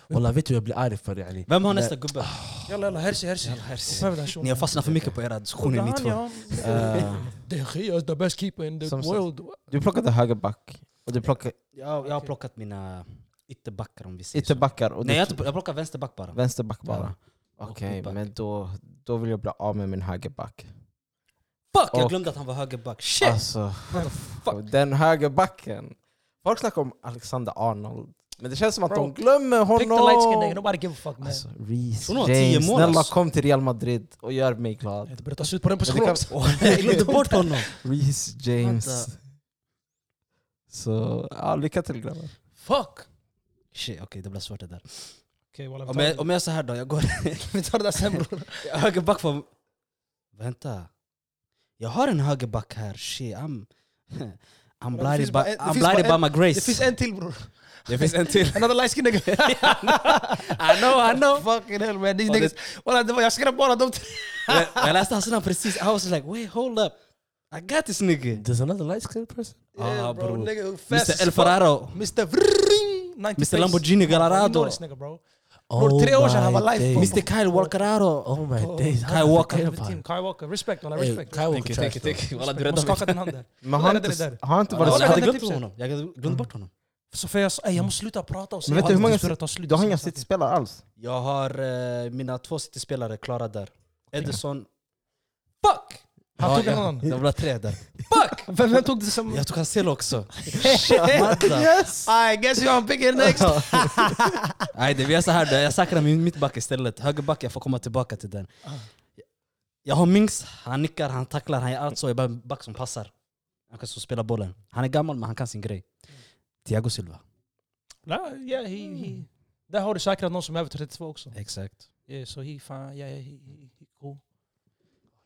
Wallah, vet du hur jag blir arg för yani? Vem har nästa gubbe? Jalla jalla, hersi hersi. Ni har fastnat för mycket på era diskussioner ni två. Eh, De Gea is the best keeper in the Som sagt. world. du plockade högerback och du plockade Jag, jag har plockat mina ytterbackar om vi säger så. ytterbackar och Nej, jag, du har typ- inte- jag plockar vänsterback bara. vänsterback bara. Ja. Och Okej, mittback. men då, då vill jag bli av med min högerback. Fuck! Jag Och- glömde att han var högerback. Shit! Alltså, What the fuck? den högerbacken. Folk snackar om Alexander Arnold. Men det känns som att Bro, de glömmer honom. Pick the light skin nigga, nobody give a fuck man. Alltså, Reece Hon har tio James, mål, snälla alltså. kom till Real Madrid och gör mig glad. Jag börjar ta slut på den Men det positionen kan- också. Jag glömde bort honom. Reece James. Vänta. Så, ja, lycka till grabbar. Fuck! Shit, okej det blev svårt det där. Okej walla, Om jag, om jag är så här då, jag går vi tar det där sen bror. jag är högerback för... Vänta. Jag har en högerback här, shit. I'm, I'm det finns blinded, by, bara en- det I'm finns bara blinded by my grace. Det finns en till bror. det finns en till. Another light skin nigga. I know, I know. Fucking hell man. These Och det- niggas. Walla, det var- jag skrev bara de tre. jag, jag läste hans namn precis, I was like wait hold up. I got this nigga. There's another light skinned person? Ah, bro, bror. nigga, fast as Mr El fuck. Ferraro. Mr. Vrrring, 90 Mr face. Lamborghini You Gallardo. know this nigga bro. Bror, tre år sedan han var live på- Mr. Mr Kyle Walkeraro. Oh my days. Kyle Walker. Hey, Team, Kai Walker. Respect walla, respect. Kyle Walker Tänk, trash tänk, though. tänk. Walla, du Respect. Man räddade skakar mig. din hand där. Men har Räddade det inte, där. har inte Jag varit Walla, så... det hade där glömt Mm. tipset. honom. typ Jag hade glömt bort honom. Sofia sa "Ey, jag måste sluta prata och Men vet du hur många- tar slut. Du har inga sittspelare alls. Jag har eh, mina två cityspelare klara där. Ederson. Fuck! Han Oh, Ja, tog en jag- annan. Det var tre där. Fuck! Vem vem tog det som... Jag tog Cancelo också. Yes! I guess you are bigger next! Nej, det vi är så här då. Jag säkrar min mittback istället. Högerback, jag får komma tillbaka till den. Ah. Jag har Minks, han nickar, han tacklar, han gör allt så. Jag behöver en back som passar. Han kan så spela bollen. Han är gammal men han kan sin grej. Mm. Thiago Silva. La, yeah, Nou, he, he. Där har du säkrat någon som är över 32 också. Exakt. Yeah, so he fine, yeah, he, he, he cool.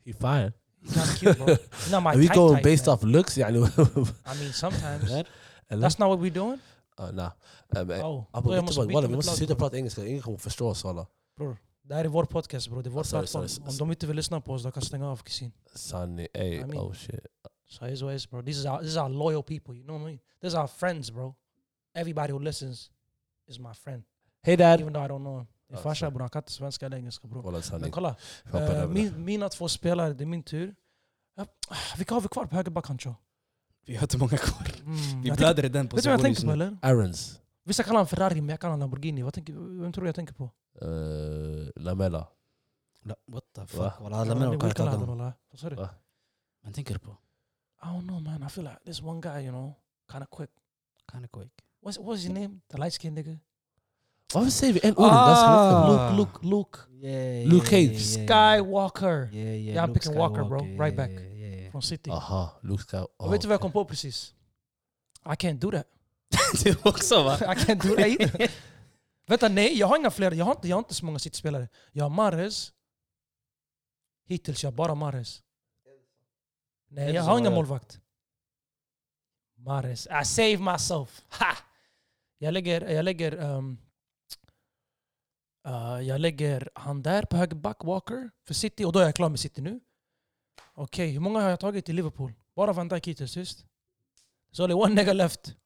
He fine. He's not cute bro. He's not my Are we type going type, based man. off looks يعني I mean sometimes. eller? That's not what we're doing. Ah, nah. Um, eh, Oh, ah, bro, men jag vet du måste vad, byta walla, vi mitt måste lag, sluta bror. prata engelska, ingen kommer förstå oss walla. Det här är vår podcast bro, det är vår Ah, sorry, plattform. sorry, Om sorry. de inte vill lyssna på oss, de kan nou stänga av kusin. Sunny, ey, I mean- oh shit. So it is what it is, bro. This is our this is our loyal people. You know what I mean? This is our friends, bro. Everybody who listens is my friend, Hej dad! even though I don't know him. Min Ja, farsa sorry. bror, han kan inte svenska eller engelska bror. Walla Sunny, Men kolla, jag hoppar eh, över det. min, mina två spelare, det är min tur. Ja, ah, Vilka har vi kvar på högerback Hancho? Vi har inte många kvar. Mm, Vi jag tänker- blöder i den Vet du vad jag positionen just tänker på nu. eller? Aarons, Vissa kallar han Ferrari men jag kallar han Lamborghini. Vad tänker, vem tror du jag tänker på? eh, Lamela. La- What the Va? fuck? Walla, alla män Vilka har kallar han tagit alla? Vad sa du? Va? Men tänker du på? I don't know man, I feel like this one guy you know, kinda quick. Kanikoik. What's, what's his name? The light skinned nigga? Varför säger vi en ord? Ah. Luke, Luke, Luke. Luke Cage, Skywalker. Yeah, yeah, Yeah, I'm Luke picking Walker, bro. Skywalker. Right back. Yeah, yeah, yeah. Från City. Aha, Luke Scout. Och vet du vad jag kom på precis? I can't do that. Du också va? I can't do that either. Vänta, nej, jag har inga fler. Jag har inte, jag har inte så många City-spelare. Jag har Mahrez. Hittills jag har bara Mahrez. Nej, jag Ederson har inga har jag. målvakt. Mahrez. I save myself. Ha! Jag lägger... Jag lägger, ehm, eh, jag lägger han där på högerback, Walker, för City. Och då är jag klar med City nu. Okej, hur många har jag tagit i Liverpool? Bara Van Dijk hittills, just. There's only one nigga left. You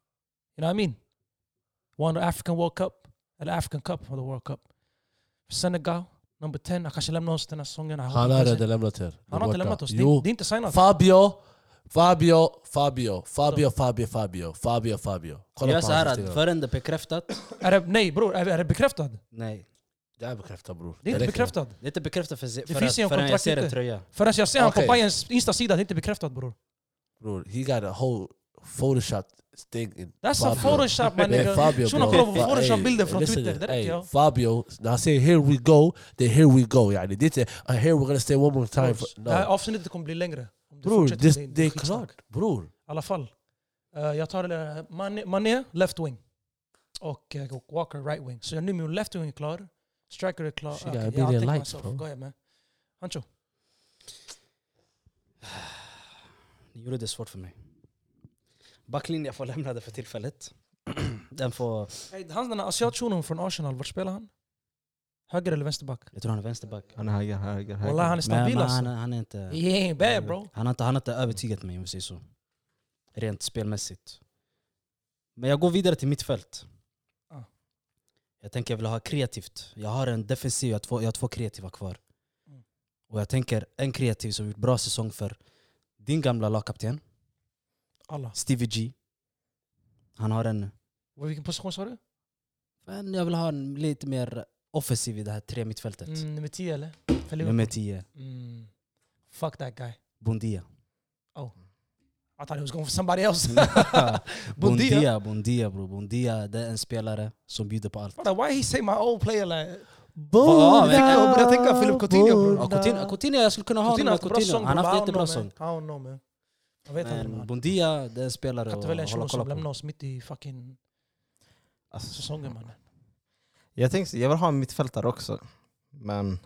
know what I mean? Won the African World Cup. Eller African Cup, or the World Cup. Senegal, number 10. Han kanske lämnar oss den här säsongen. Jag Han hoppas har det. redan lämnat er. han har inte lämnat oss. Det Jo. är, det är inte signat. Fabio, Fabio, Fabio, Fabio, Fabio, Fabio, Fabio, Fabio. Jag är så här att för... förrän det är bekräftat. Är det, nej bror, är, är det bekräftat? Nej. Det är bekräftat bror. Det är inte räcker. bekräftat. Det är inte bekräftat för, för, finns ingen förrän jag kontrakt ser en inte. tröja. Förrän jag ser han på Okej. Bayerns Insta-sida, det är inte bekräftat bror. Bror, he got a whole photoshop thing in That's a photoshop my Nej, nigga. Fabio Shunon bro. kollar på Fa- photoshop-bilder ey, från listen, Twitter, det räcker, ey, ja. Fabio, när han säger here we go, det är here we go yani. Det är inte "Ah, here we're gonna stay one more time. Bror, No. Det här avsnittet kommer bli längre. Om du Bror, fortsätter det, med det är skitsnack. klart. Bror, I alla fall. Eh, jag tar eh, Mané, Mané, left wing. Och eh, Walker, right wing. Så jag nu min left wing är klar. Striker är klar. eh, Shit, I Okej, really I'll take like, myself. bro. Go ahead man. Hancho. Ni gjorde det svårt för mig. Backlinjen får lämna det för tillfället. Den får... Hey, han den här asiatshunon från Arsenal, var spelar han? Höger eller vänsterback? Jag tror han är vänsterback. Han är höger, höger, höger. Wallah han är Men, stabil men han, alltså. han är inte... He ain't bad bro. Eh, Han har inte, han har inte övertygat mig om vi säger så. Rent spelmässigt. Men jag går vidare till mittfält. Ah. Jag tänker jag vill ha kreativt. Jag har en defensiv, jag har två, jag har två kreativa kvar. Mm. Och jag tänker en kreativ som gjort bra säsong för din gamla lagkapten, Alla. Stevie G. Han har en... Vilken position sa du? Men jag vill ha en lite mer offensiv i det här tre mittfältet. Mm, nummer 10 eller? För Mm, Liverpool. Nummer 10. Mm. Fuck that guy. Bondia. I thought he was going for somebody else. Bondia. Bondia, Bondia bro. Bondia, det är en spelare som bjuder på allt. Brother, why he say my old player like... Vad- Jag tänker- jag börjar tänka Philip Coutinho Ja, bror. Coutinho, Coutinho, jag skulle kunna ha Coutinho honom har med haft bra Coutinho. sång bror. Han har haft jättebra sång. I don't know, man. I don't know man. Jag vet inte. Men man. Bondia, det är en spelare Kan inte att välja en hålla shuno som kolla lämnar på. oss mitt i fucking Alltså, säsongen mannen. Jag tänkte, jag vill ha en mittfältare också. Men...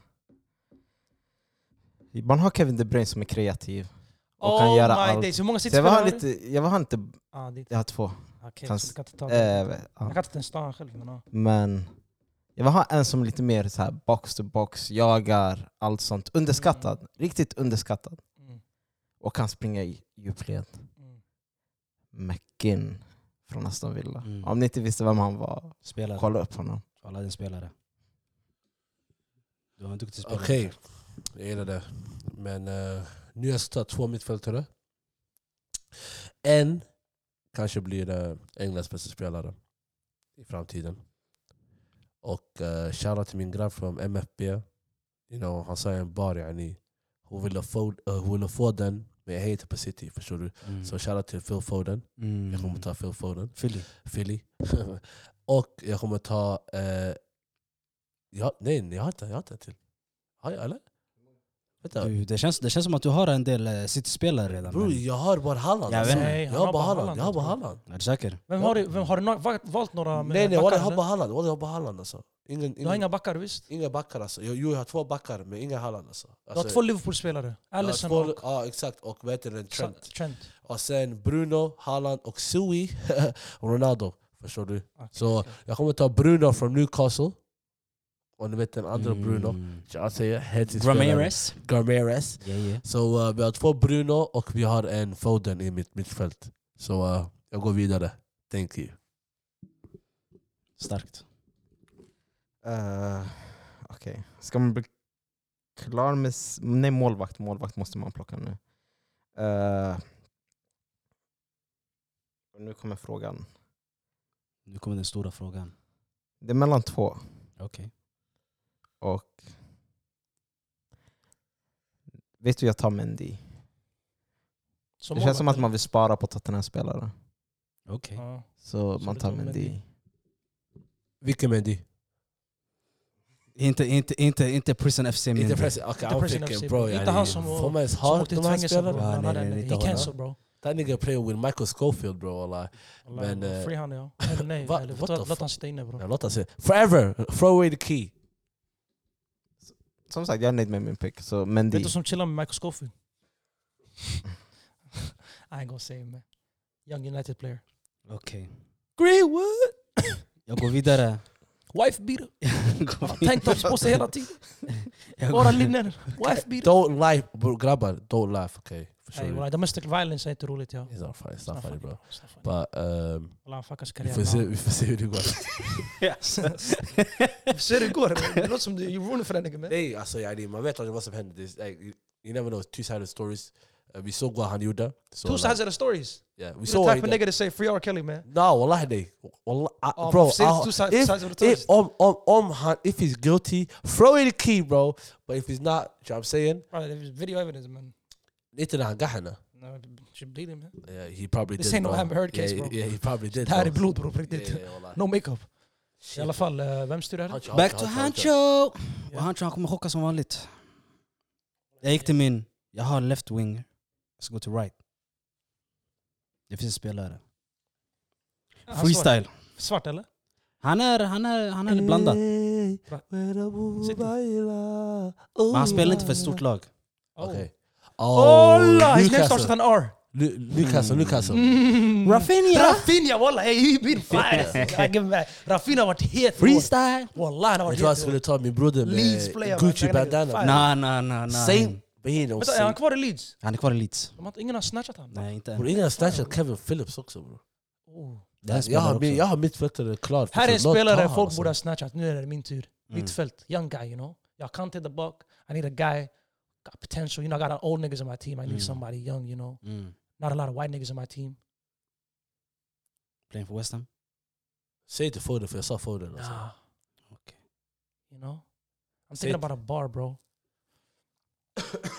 Man har Kevin De Bruyne som är kreativ. Och kan göra allt. Oh days. Hur många Så jag vill ha cityspelare lite... Jag vill ha inte... Ah, dit. Jag har två. Okej, kan- så du kan inte ta Eh, den. ja. Jag kan inte ens ta den själv. Men, ja. Men jag vill ha en som är lite mer så här box to box, jagar, allt sånt. Underskattad. Riktigt underskattad. mm, Och kan springa i djupled. mm. McGinn från Aston Villa. Mm. Om ni inte visste vem han var, Spelare. kolla upp honom. Kolla, det är en spelare. Du har en duktig spelare. Okej, jag gillar det. Men eh, nu jag ska ta två mittfältare. En kanske blir uh, Englands bästa spelare i framtiden. Och uh, shoutout till min grabb från MFB. You know, han sa en bar, yani. Hon ville få, eh, hon ville få den, men jag hatar på City. Förstår du? Mm. Så shoutout till Phil Foden. Mm. Jag kommer ta Phil Foden. Philly. Philly. och jag kommer ta... Eh, ja, nej, jag har inte, jag har inte en till. Har jag eller? Vänta. Du, det, känns, det känns som att du har en del eh, City-spelare redan. Bror, men- jag har bara Halland. Jag vet inte. Nej, jag han har bara Halland. Jag har bara alltså. Halland. Är du säker? Vem har du, vem, har du no- va- valt några med Nej, nej, backar, walla, jag har eller? bara Halland. Walla, Jag har bara Halland alltså. Ingen, Du har ingen, inga backar visst? inga backar alltså. Jag, jo, jag har två backar, men inga Halland alltså. Du har alltså två Liverpool-spelare. jag har Alisson två- och Ja, exakt. Och vad heter den? Trent. Sa- Trent. Och sen Bruno, Haaland och Sui Ronaldo. Förstår du? Okej, Så okej. jag kommer ta Bruno från Newcastle. Och ni vet den andra Bruno. Mm. Jag säger heltidsspelare. Ramirez. Ramirez. Yeah, yeah. Så eh, vi har två Bruno och vi har en Foden i mitt mittfält. Så eh, jag går vidare. Thank you. Starkt. Uh, Okej, ska man bli klar med... s- Nej, målvakt. Målvakt måste man plocka nu. Eh, och nu kommer frågan. Nu kommer den stora frågan. Det är mellan två. Okej. Och... Vet du, jag tar Mendy. Som det känns som målvakt, att man vill spara på Tottenham-spelare. Okej. eller? Ja. Så, Så man du tar tar Mendy. Mendy. Vilken Mendy? Inte, inte, inte, inte Prison FC men Inte Presi. Okej, Inte han Presi fick FC, en bro. inte yani. han som- Får man ens Som ha åkte de ut här fängelse bror. spelarna? Ja, Han nej, hade nej, en- nej, He inte cancelled bro. That nigga play with Michael Schofield bro. wallah. Men, Men, eh, Free han ja. Eller nej, Va- eller, what the låt, låt fuck? han sitta inne bror. Ja, Låt oss se. Forever! Throw away the key. Som sagt, jag är nöjd med min pick. Så Vet Mendy. du som chillar med Michael Scofield? I ain't gonna say him man. Young United player. Okej. Greenwood! Jag går vidare. Wife beater. Jag går vidare. Tanktops på sig hela tiden. Jag Bara går- linnen. Wife beater. Don't laugh, bro, grabbar. Don't laugh, okej? Förstår Hey, du? walla, domestic violence är inte roligt ja. It's not funny, it's Snart not funny fucking- bro. snart fucking- But, ehm, Walla, han fuckar vi, får se, vi får se hur det går. Ser det går? Det låter som du är ruined för den nigga man. Nej, alltså yani, man vet aldrig vad som händer. Det är, like, you, you never know, two-sided stories. Eh, vi såg vad han gjorde. Så, Two like, sides of the stories. Yeah, vi You såg vad the type han of gjorde. nigga to say free R. Kelly man. No, wallahi nej. Wallah, Oh, ah, bro, say ah, two sides- if, sides of the if, stories. om, om, om han, if he's guilty, throw in the key bro. But if he's not, you know what I'm saying? Bro, there's video evidence man. Inte när han gav henne. No, should bleed him man. Yeah, he probably This did ain't no bro. Amber Heard case, yeah, bro. Yeah, he probably did. Det här är bro. blod bror på riktigt. Yeah, yeah, wallah. No makeup. I alla fall, eh, vem styr det här? Hancho, hancho, Back to hancho, hancho. Hancho! Och Hancho han kommer chocka som vanligt. Jag gick till min. Jag har left wing. Jag ska gå till right. Det finns en spelare. Han svart. Freestyle. Svart eller? Han är, han är, han är blandad. City. Men han spelar inte för ett stort lag. Oh. Okej. Oh, Ola! His name Newcastle. starts with an R. Lu- Newcastle, Newcastle. Mm. Rafinha! Rafinha walla, hey, he been fire! I give back. Rafinha har varit het. Freestyle! Walla han har Jag varit tror han het. skulle ta min broder Oh, Leeds player, med man. uh, Gucci bandana. Fan. Nej, nej, nej. Same, but he don't Vänta, är han same. kvar i Leeds? Han är kvar i Leeds. De har, inte- ingen har snatchat honom. Nej, inte Bror, än. Ingen har snatchat Kevin Phillips också bror. Oh. Det här Jag har, spelar min, också. jag har mittfältare klar. Här är en Låt ta spelare han, folk alltså. borde ha snatchat. Nu är det min tur. Mm. Mittfält, young guy you know. Jag kan inte the buck. I need a guy. Got potential. You know, I got an old niggas on my team. I need Mm. somebody young you know. Mm. Not a lot of white niggas on my team. Playing for West Ham. Säg inte Foden för jag sa Foden. Alltså. Nah. Okay. You know? I'm Säg thinking about a bar bro. Eh,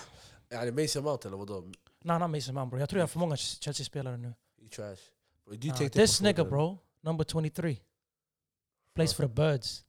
يعني Mason Mount eller vadå? Nej, han Mason Mount bro. Jag tror jag har för många Chelsea-spelare nu. He trash. Bro, do you Ah, take the this portfolio? nigga bro, number 23. Plays for the Birds.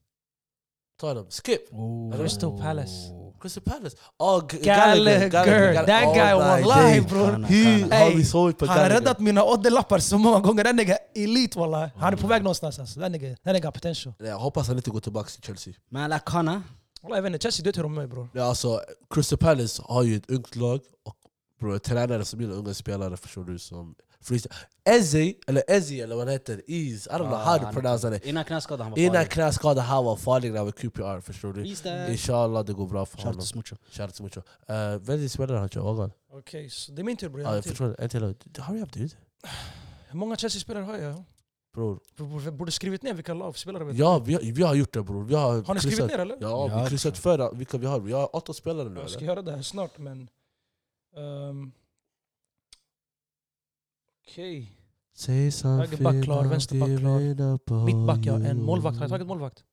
Ta dem. Skip! Oh. Crystal Palace. Crystal Palace. Oh, G- Gallagher, that guy, Oh my wallahi, days. bro. He har Ey, vi sovit på Han har Gallagher. räddat mina oddelappar så många gånger. Den nigga är elit wallah. Han är på väg någonstans alltså. Den nigga den nigga har potential. Nej, Jag hoppas han inte går tillbaka till Chelsea. Men Lakana, Wallah jag vet inte, Chelsea du vet hur de är bror. Nej, alltså, Crystal Palace har ju ett ungt lag och bro, tränare som gillar unga spelare förstår du som freestyle. Ezzy, eller Ezzy eller vad han heter, Ease, I don't know Ah, how to han- pronounce det. innan knäskadan han var Innan farlig. knäskada, han var farlig när han var QPR förstår du. Visst är- Inshallah det går bra för Shout out honom. to Smucho. Shout out to Mucho. Eh, Välj spelare han kör, Ogan. Okej, så det är min tur bror. Jag Ja, har jag en till. förstår, en till. Hurry up dude. Hur många Chelsea-spelare har jag? Bror. Bror, bror, Jag borde skrivit ner vilka lag spelare vi har. Ja, vi, har- vi har gjort det bror. Vi har, Har ni skrivit ner eller? Ja, vi Ja, har kryssat för vilka vi har. Vi har åtta spelare nu Jag ska eller? göra det här snart men... Um, Okej. Say something Högerback klar, I'll vänsterback give klar. it up on Mittback ja, en you. målvakt. Har jag tagit målvakt?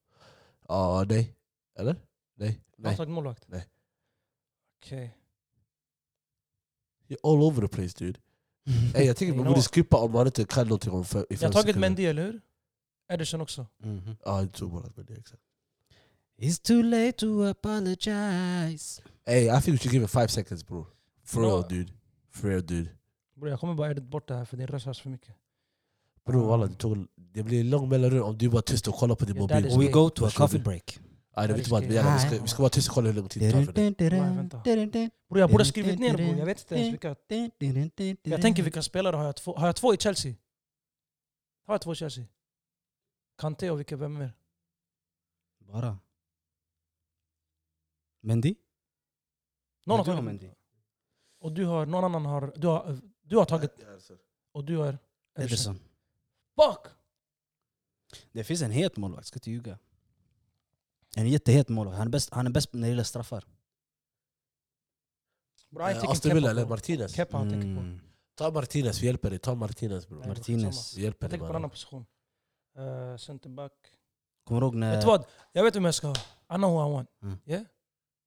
Ja, Ah, nej. Eller? Nej. Har jag nej. tagit målvakt? Nej. Okej. You're all over the place dude. Mhm. Ey, jag You tänker man know borde what? skippa om man inte kan någonting om fem, i Jag fem har tagit sekunder. Mendy, eller hur? Ederson också. Mhm. Ja, jag tog bara Mendy. Exakt. It's too late to apologize. Ey, I think we should give it five seconds bror. For No. real dude. For real dude. Bror jag kommer bara edit bort det här för din röst hörs för mycket. Bror walla, det tog- det blir en lång mellanrum om du bara är tyst och kollar på din Ah. Ja, that mobil. is- We go to a Varsågod. coffee break. Nej, det vet inte vad. risky. jävlar, Vi Nej. ska- vi ska vara tyst och kolla hur lång tid det tar för dig. Bror jag borde ha skrivit ner bror, jag vet inte ens vilka. Jag tänker vilka spelare har jag två? Har jag två i Chelsea? Har jag två i Chelsea? Kanté och vilka, vem mer? Bara. Mendy? Någon har Du har tagit Mendy. Och du har, någon annan har, du har, du har tagit och du har Ederson. Ederson. Fuck! Det finns en het målvakt, ska inte ljuga. En jättehet målvakt. Han är bäst, han är bäst när det gäller straffar. Bro, I'm Eh, taking Aston Villa Kepa, eller bro. Martinez? Kepa han tänker på. Mm. Ta Martinez, vi hjälper dig. Ta Martinez bror. Nej, bro, Martinez. skitsamma. Vi hjälper Jag dig tänker på en annan mannen. position. Eh, Centerback. Kommer du ihåg när... Vet du vad? Jag vet vem jag ska ha. I know who I want. Mm. Yeah?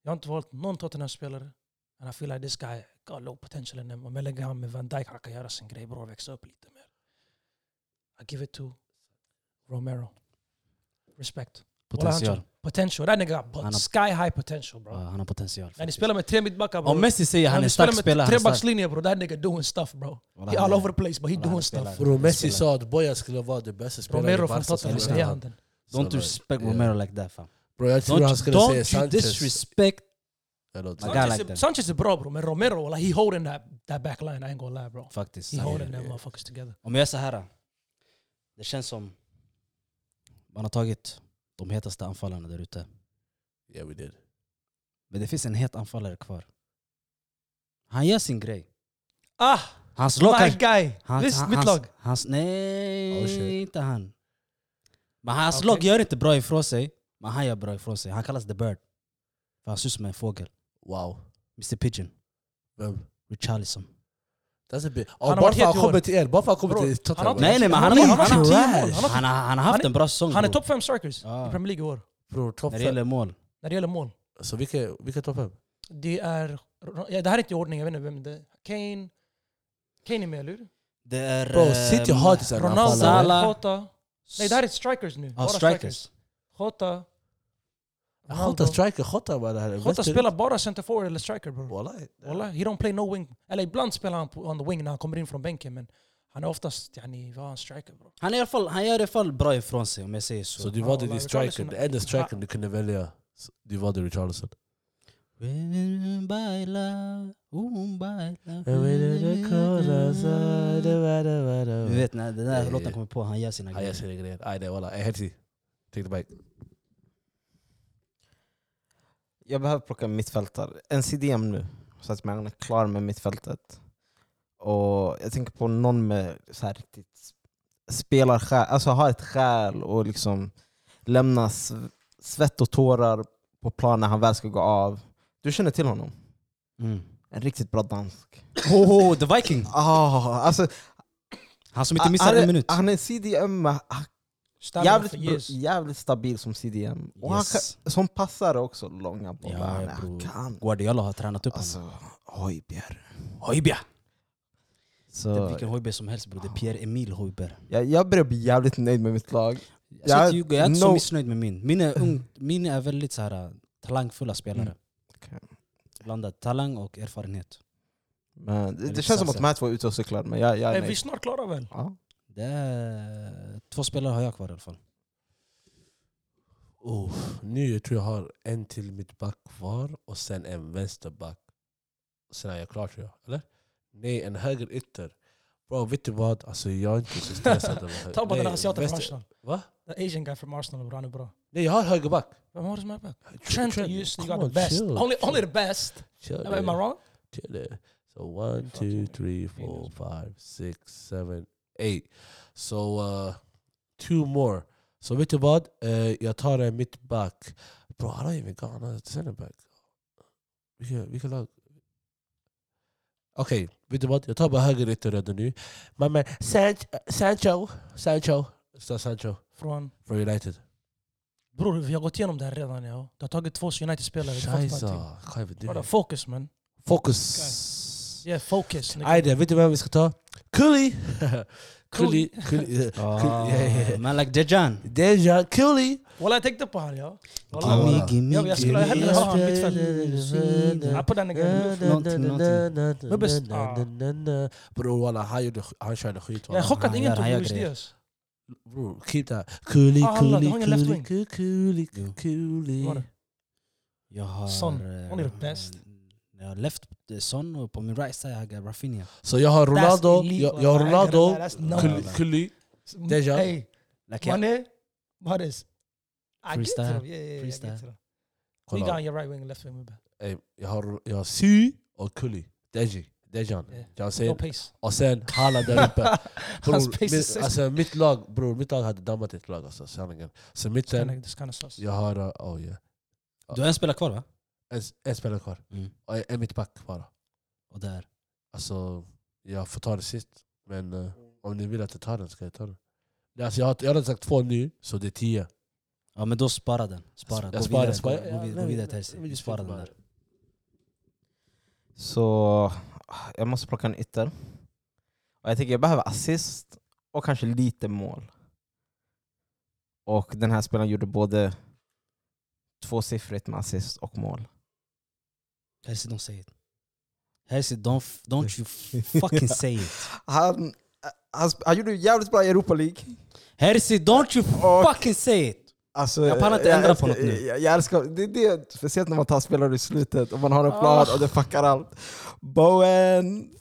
Jag har inte valt någon Tottenham-spelare. And I feel like this guy got low potential in him. Om jag lägger honom med Van Dijk, han kan göra sin grej bra och växa upp lite mer. I give it to Romero. Respect. Walla, han Potential. آه. tog- Potential. That nigga got pot- Han har- sky high potential bro. يعني Ja, han har potential. När ni faktiskt. spelar med tre mittbackar bro. Om Oh, Messi säger han är ni stark med spelare, han är stark. Trebackslinje bro, that nigga doing stuff bro. Walla, He han all är- over the place but he Walla, han doing är stuff. spelare. Bror Messi Spelare. sa att Bojan skulle vara den bästa spelaren Romero från som Tottenham, han säger han den. Don't you respect Romero like that fam. Bror jag tror Don't, han skulle säga don't you Sanchez. disrespect... Eller något My sånt. guy Sanchez, like that. Sanchez är bra bro, men Romero wallah, he holding that, that back line, I ain't gonna lie bro. Faktiskt. He holding yeah, them yeah. motherfuckers together. Om jag är så här. Det känns som... Man har tagit de hetaste anfallarna där ute. Yeah we did. Men det finns en het anfallare kvar. Han gör sin grej. Ah, Hans lag my kanske... guy! Hans, Visst, han- mitt hans, lag. Hans, nej, Oh, shit. inte han. Men hans Okej. lag gör inte bra ifrån sig, men han gör bra ifrån sig. Han kallas the bird. För han ser ut som en fågel. Wow. Mr Pigeon. Vem? Richarlison. That's a bit. har Oh, bara varit för han helt i år. kommer till er, bara för han kommer Bror, till han har Tottenham. inte- Nej nej men han Han har är- han har, han har tio mål. han har, han har, han haft är- en bra säsong Han är bro. topp 5 strikers Ah. i Premier League i år. Bror topp när det fem. gäller mål. När det gäller mål. Så vilka, vilka topp fem? Det är... Ja, det här är inte i ordning, jag vet inte vem det är. Kane... Kane är med, eller hur? Det är... eh, Bro City har inte sådana Ronaldo, anfallare. Salah. Jota... Nej, det här är strikers nu. Ja, Bara Oh, strikers. Jota... Ronaldo. Jota striker, Jota var det här. Jota spelar bara center forward eller striker bror. Wallahi. Wallah, he don't play no wing. Eller ibland spelar han på on the wing när han kommer in från bänken men han är oftast, yani, vad är han striker bror? Han, är i alla fall, han gör i alla fall bra ifrån sig om jag säger så. Så du valde Wallah, din Richarlison- striker, den enda strikern du kunde välja. så Du valde Richarlison. Women baila, women baila. Du vet när den Ja, där ja, låten ja. kommer på, han gör sina Han gör grejer. sina grejer. Aj, nej walla. Ey, Hetsi. Eh, Take the bike. Jag behöver plocka en mittfältare. En CDM nu, så att man är klar med mittfältet. Och jag tänker på någon med så här riktigt spelarsjäl, alltså har ett själ och liksom lämnar sv- svett och tårar på plan när han väl ska gå av. Du känner till honom? Mm. En riktigt bra dansk. Oh, the Viking! Ah, alltså, ah, Han som inte missar han, är- en minut. Han är CDM, han- Stabil jävligt, för bra- years. jävligt stabil som CDM. Och han, Yes. kan- som passare också, långa bollar. Ja, han bror. kan Guardiola har tränat upp honom. Alltså, Hojbjerg. Hojbjerg! Det är Så vilken Hojbjerg som helst bror. Det är Pierre-Emil Hojbjerg. jag, jag börjar bli jävligt nöjd med mitt lag. Jag, ska Ja, inte ljuga, jag är inte så no- missnöjd med min. Min är, ung, min är väldigt så här, äh, talangfulla spelare. Mm. Okej. Blandat talang och erfarenhet. Men det, det lite känns som att sassig. de här två är ute och cyklar, men jag, jag Är är vi nöjd. snart klara väl? Ja. Det är, två spelare har jag kvar i alla fall. Oh, nu jag tror jag har en till mittback kvar och sen en vänsterback. Sen är jag klar tror jag, eller? Nej, en höger ytter. Bro, vet du vad? Alltså jag är inte så stressad över höger. Ta bara den Nej, asiaten från vänster- Arsenal. Va? Den asian guy from Arsenal bror, han är bra. Nej, jag har högerback. Vem har du som är back? Trent just you come got the on, best. chill, Only, chill. only the best. Chill Am I- Am I there, wrong? chill there. So one, two, three, four, five, six, seven, eight. So uh, two more. So vet du vad? Eh, jag tar en mittback. Bro, han har ju got another centerback. Vilka, vilka lag? Okej, vet du vad? Jag tar bara höger ytter redan nu. My man San Sancho. Sancho. Sa- Sancho. Från... Från United. Bror, vi har gått igenom det här redan. Ja. Du har tagit två United-spelare. du fattar Scheisse. inte. Kan jag inte Brother, det? Focus man. Fokus. Yeah, focus. nigga. Ajde, vet du vem vi ska ta? Kuli! Kuli, Kuli. Ah, ja, ja, ja. Men like Dejan. Deja Kuli! Wallah jag tänkte på han ja. Wallah. gimme, Gimme, Wallah. Jag- jag skulle gimme. hellre ha honom mittfält. Ja, På den nigga. Någonting, Bror walla, han gjorde sk- han körde skit Jag är walla. chockad, Han ingen gör- tog han gör Luis grejer. Diaz. Bror, keep that. Kuli, Ah, han la- Kuli, han är left Kuli, wing. Kuli, Kuli, Var Kuli. det? Jag har... Son. eh, Only the best. Jag har left eh, Son och på min right side har jag Rafinha. Så jag har Ronaldo, elite, jag jag har walla. Ronaldo, That's number Kuli, one. Kuli. Deja. Hey, Like jag, Mané, Mahrez. I get Freestyle. them. Yeah, yeah, yeah, I get Freestyle. them. Knee Kolla, down your right wing and left wing. my bad. ey, jag har- Jag har Sy och Kuli. Deji. Dejan. Yeah. Jag säger No pace. Och sen Haaland där uppe. Hans Bror, pace is mitt, sick. alltså, mitt lag bror, mitt lag hade dammat ett lag alltså, sanningen. Så mitten, This kind of sus. jag har... uh, Oh yeah. du har en spelare kvar va? en, en spelare kvar. Mm. Och en- en mittback bara. Och där. Alltså, jag får ta det sist. Men eh, om ni vill att jag tar den ska jag ta den. Nej, Alltså, jag, har, jag har redan sagt två nu, så det är tio. Ja men då spara den. Spara. Jag Gå sparar, vidare, gå- sparar. Gå, vid- gå Ja, vidare nej, Terzi. jag Vi vill just sparar den bara- där. Så jag måste plocka en ytter. Och jag tänker jag behöver assist och kanske lite mål. Och den här spelaren gjorde både tvåsiffrigt med assist och mål. Terzi, don't say it. Terzi, don't, f- don't you fucking say it. Han, han, sp- han gjorde jävligt bra i Europa League. Terzi, don't you Och- fucking say it. Alltså, Jag pallar inte ändra älskar- på något nu. Jag, jag älskar, det är det, speciellt när man tar spelare i slutet och man har en plan och det fuckar allt. Bowen!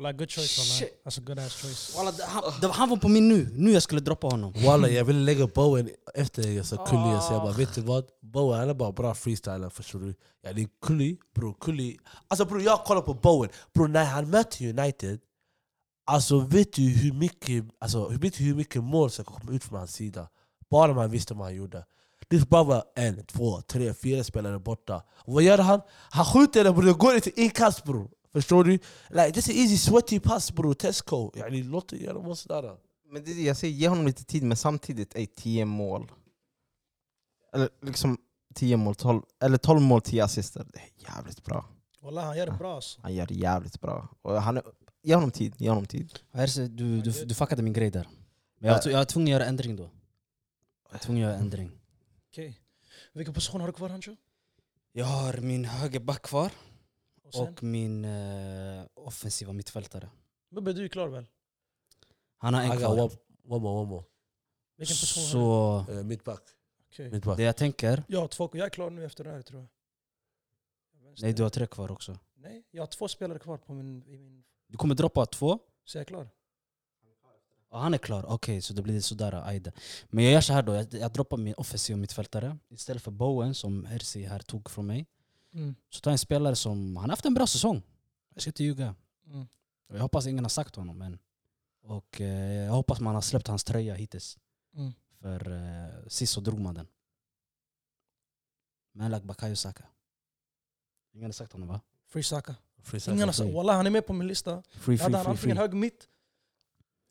Well, good choice. Wallah. That's a good ass choice. Walla, det- han, det- han var på min nu. Nu jag skulle droppa honom. Walla jag ville lägga Bowen efter jag sa Kulli, så jag bara vet du vad? Bowen han är bara bra freestyler förstår du? Ja, det är Kulli, bror Kulli. Alltså bror jag kollar på Bowen, bror när han möter United Alltså vet du hur mycket, alltså, hur- vet du hur mycket mål som kommer ut från hans sida? Bara man visste vad han gjorde. Det bara var en, två, tre, fyra spelare borta. Och vad gör han? Han skjuter den bror, det går inte inkast bror. Förstår du? Like, this is easy sweaty pass bror, Tesco. Yani, låt det göra mål sådär. Men det, är det jag säger, ge honom lite tid, men samtidigt är 10 mål. Eller liksom 10 mål, 12, eller 12 mål, 10 assister. Det är jävligt bra. Wallah, han gör Ah. det bra alltså. Han gör det jävligt bra. Och han är, ge honom tid, ge honom tid. Terzi, du, du, du fuckade min grej där. Men jag, var tv- jag var tvungen att göra ändring då. Jag var tvungen att göra ändring. Okej. Vilken position har du kvar Hancho? Jag har min högerback kvar Och sen? och min eh, offensiva mittfältare. Mubbe, du är klar väl? Han har en I got kvar. one, one more, one more. Vilken position har Så Eh, mittback. du? Okej. Mittback. det jag tänker... Jag har två, jag är klar nu efter det här tror jag. Vänster. Nej, du har tre kvar också. Nej, jag har två spelare kvar på min, i min... Du kommer droppa två. Så jag är klar. Ja, han är klar, okej så det blir sådär, ajde. Men jag gör så här då, jag, jag droppar min offensiva mittfältare. Istället för Bowen som Herzi här tog från mig. Mm. Så tar jag en spelare som, han har haft en bra säsong. Jag ska inte ljuga. Mm. Och Jag hoppas ingen har sagt honom än. Och eh, jag hoppas man har släppt hans tröja hittills. Mm. För eh, sist så drog man den. Malak Bakayo Saka. Ingen har sagt honom va? Free Saka. Free Ingen alltså, har second. sagt. Wallah, han är med på min lista. Free, Jag hade free, han free, antingen free. hög mitt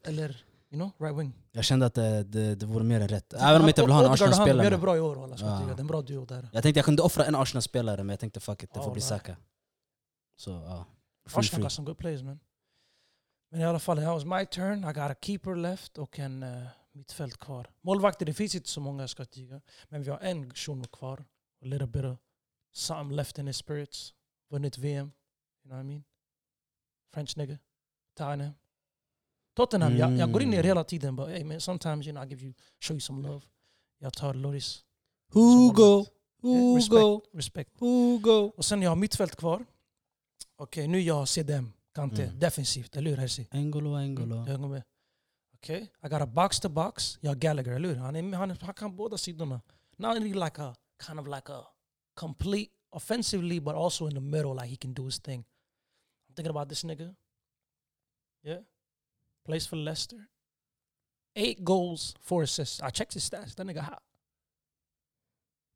eller You know, right wing. Jag kände att det, det, det vore mer än rätt. Även om jag inte vill ha en Odegaard, Han gör det Arsenal-spelare. bra i år walla, ska jag Ja. tyga. Det är en bra duo där. Jag tänkte jag kunde offra en Arsenal-spelare, men jag tänkte fuck it, det Ja, får bli nej. Saka. Så ja. Free, Arsenal free. got some good plays man. Men i alla fall, that was my turn. I got a keeper left och en uh, mittfält kvar. Målvakter, det finns inte så många ska jag tyga. Men vi har en shuno kvar. A little bit of something left in his spirits. Vunnit VM. You know what I mean? French nigga. Tottenham. Tottenham, jag, jag går in i er Mm. hela tiden. But hey man, sometimes you know, I give you, show you some love. Jag tar Loris. Hugo! Eh, Hugo! Respect. respect. Hugo! Och sen jag har mittfält kvar. Okej, nu jag har CDM, Kante. Mm. Defensivt, eller hur Herzi? Engolo, Mm, Engolo. Jag hänger med. Okej, I got a box to box. Jag har Gallagher, eller hur? Han, är, han, han kan båda sidorna. Not really like a, kind of like a complete offensively but also in the middle like he can do his thing. I'm thinking about this nigga. Yeah. Plays for Leicester. Eight goals, four assists. I checked his stats. That nigga hot.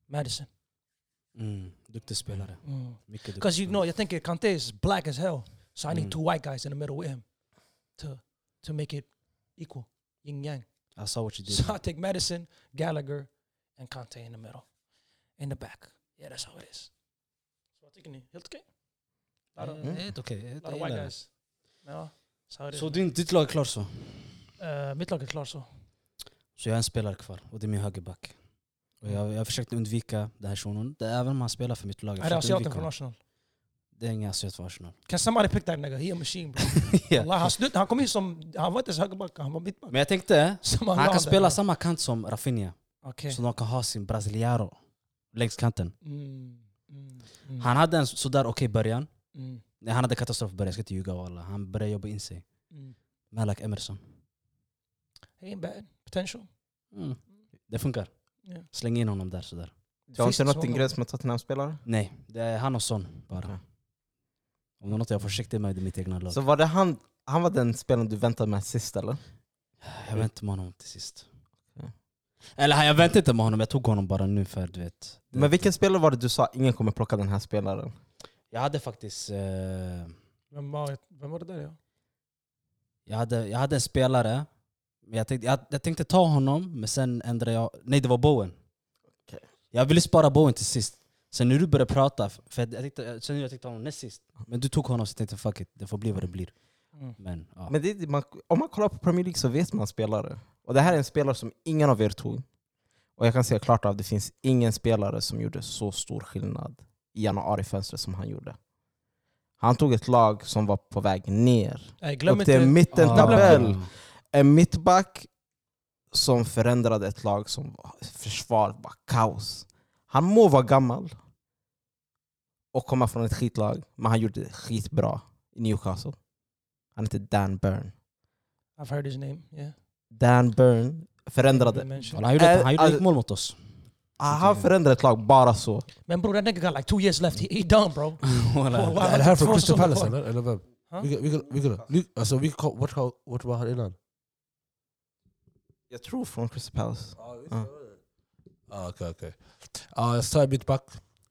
Madison. Mm. Duktig spelare. Mm. Mycket duktig. Because you spelare. know, you think Kante is black as hell, so I need Mm. two white guys in the middle with him to to make it equal, yin yang. I saw what you did. So I take Madison, Gallagher, and Kante in the middle, in the back. Yeah, that's how it is. So I think ni helt okej. Lot of- Eh, Helt okej. lot of jag white gillar guys. Ja, that's how it det. is. Så din, ditt lag är klart så? Eh, mitt lag är klart så. Så jag har en spelare kvar och det är min högerback. Och jag, jag försökte undvika den här shunon. Det är även om han spelar för mitt lag. Jag Är det försökte asiaten undvika från honom. Arsenal? Det är ingen asiat från Arsenal. Can somebody pick that nigga? He a machine bro. Ja. Allah, han, slut, han kom in som, han var inte ens högerback, han var mittback. Men jag tänkte, Som han la kan där, bro. spela samma kant som Rafinha. Okej. Så de kan ha sin brasiliaro längs kanten. Mm, mm, mm, Han hade en sådär okej början. mm, Nej, han hade katastrof i början, jag ska inte ljuga walla. Han började jobba in sig. mm. Malak Emerson. He ain't bad. إيه، Potential. Mm. Det funkar. Ja. Släng in honom där sådär. Du har Finns inte det nått så din många? gräns med Tottenham-spelare? Nej, det är han och Son bara. Okej. Om det är något jag är försiktig med i mitt egna lag. Så var det han, han var den spelaren du väntade med sist eller? Jag väntade med honom till sist. Ja. Eller han- jag väntade inte med honom, jag tog honom bara nu för du vet. det- Men vilken spelare var det du sa ingen kommer plocka den här spelaren? Jag hade faktiskt... eh, Vem var, vem var det där? Ja? jag, hade, jag hade en spelare, men jag tänkte, jag, jag tänkte ta honom, men sen ändrade jag... Nej, det var Bowen. Okej. Jag ville spara Bowen till sist. Sen när du började prata, för jag tänkte, sen jag tänkte ta honom näst sist. Men du tog honom så jag tänkte fuck it, det får bli vad det blir. Mm. Men, ja. Men det, är- man, om man kollar på Premier League så vet man spelare. Och det här är en spelare som ingen av er tog. Och jag kan säga klart av, det finns ingen spelare som gjorde så stor skillnad i januarifönstret som han gjorde. Han tog ett lag som var på väg ner. Nej, Och glöm det är inte... mitten Ah. tabell. En mittback som förändrade ett lag som var försvar var kaos. Han må vara gammal och komma från ett skitlag, men han gjorde det skitbra i Newcastle. Han heter Dan Byrne. I've heard his name. Yeah. Dan Byrne förändrade. Mentioned. Walla, Han gjorde, Eh, han gjorde alltså- ett mål mot oss. Ah, Han förändrade ett lag bara så. Men bror, that nigga got like two years left. He, he done bro. Walla. Walla. Är det här från Två Crystal säsonger Palace kvar. eller? Eller vem? Ha? Vilka- vilka- vilka- li- Alltså, vi kom- vart har- vart var han innan? Jag tror från Crystal Palace. Ja, ah, okej, okej. Ja, jag sa i mitt back.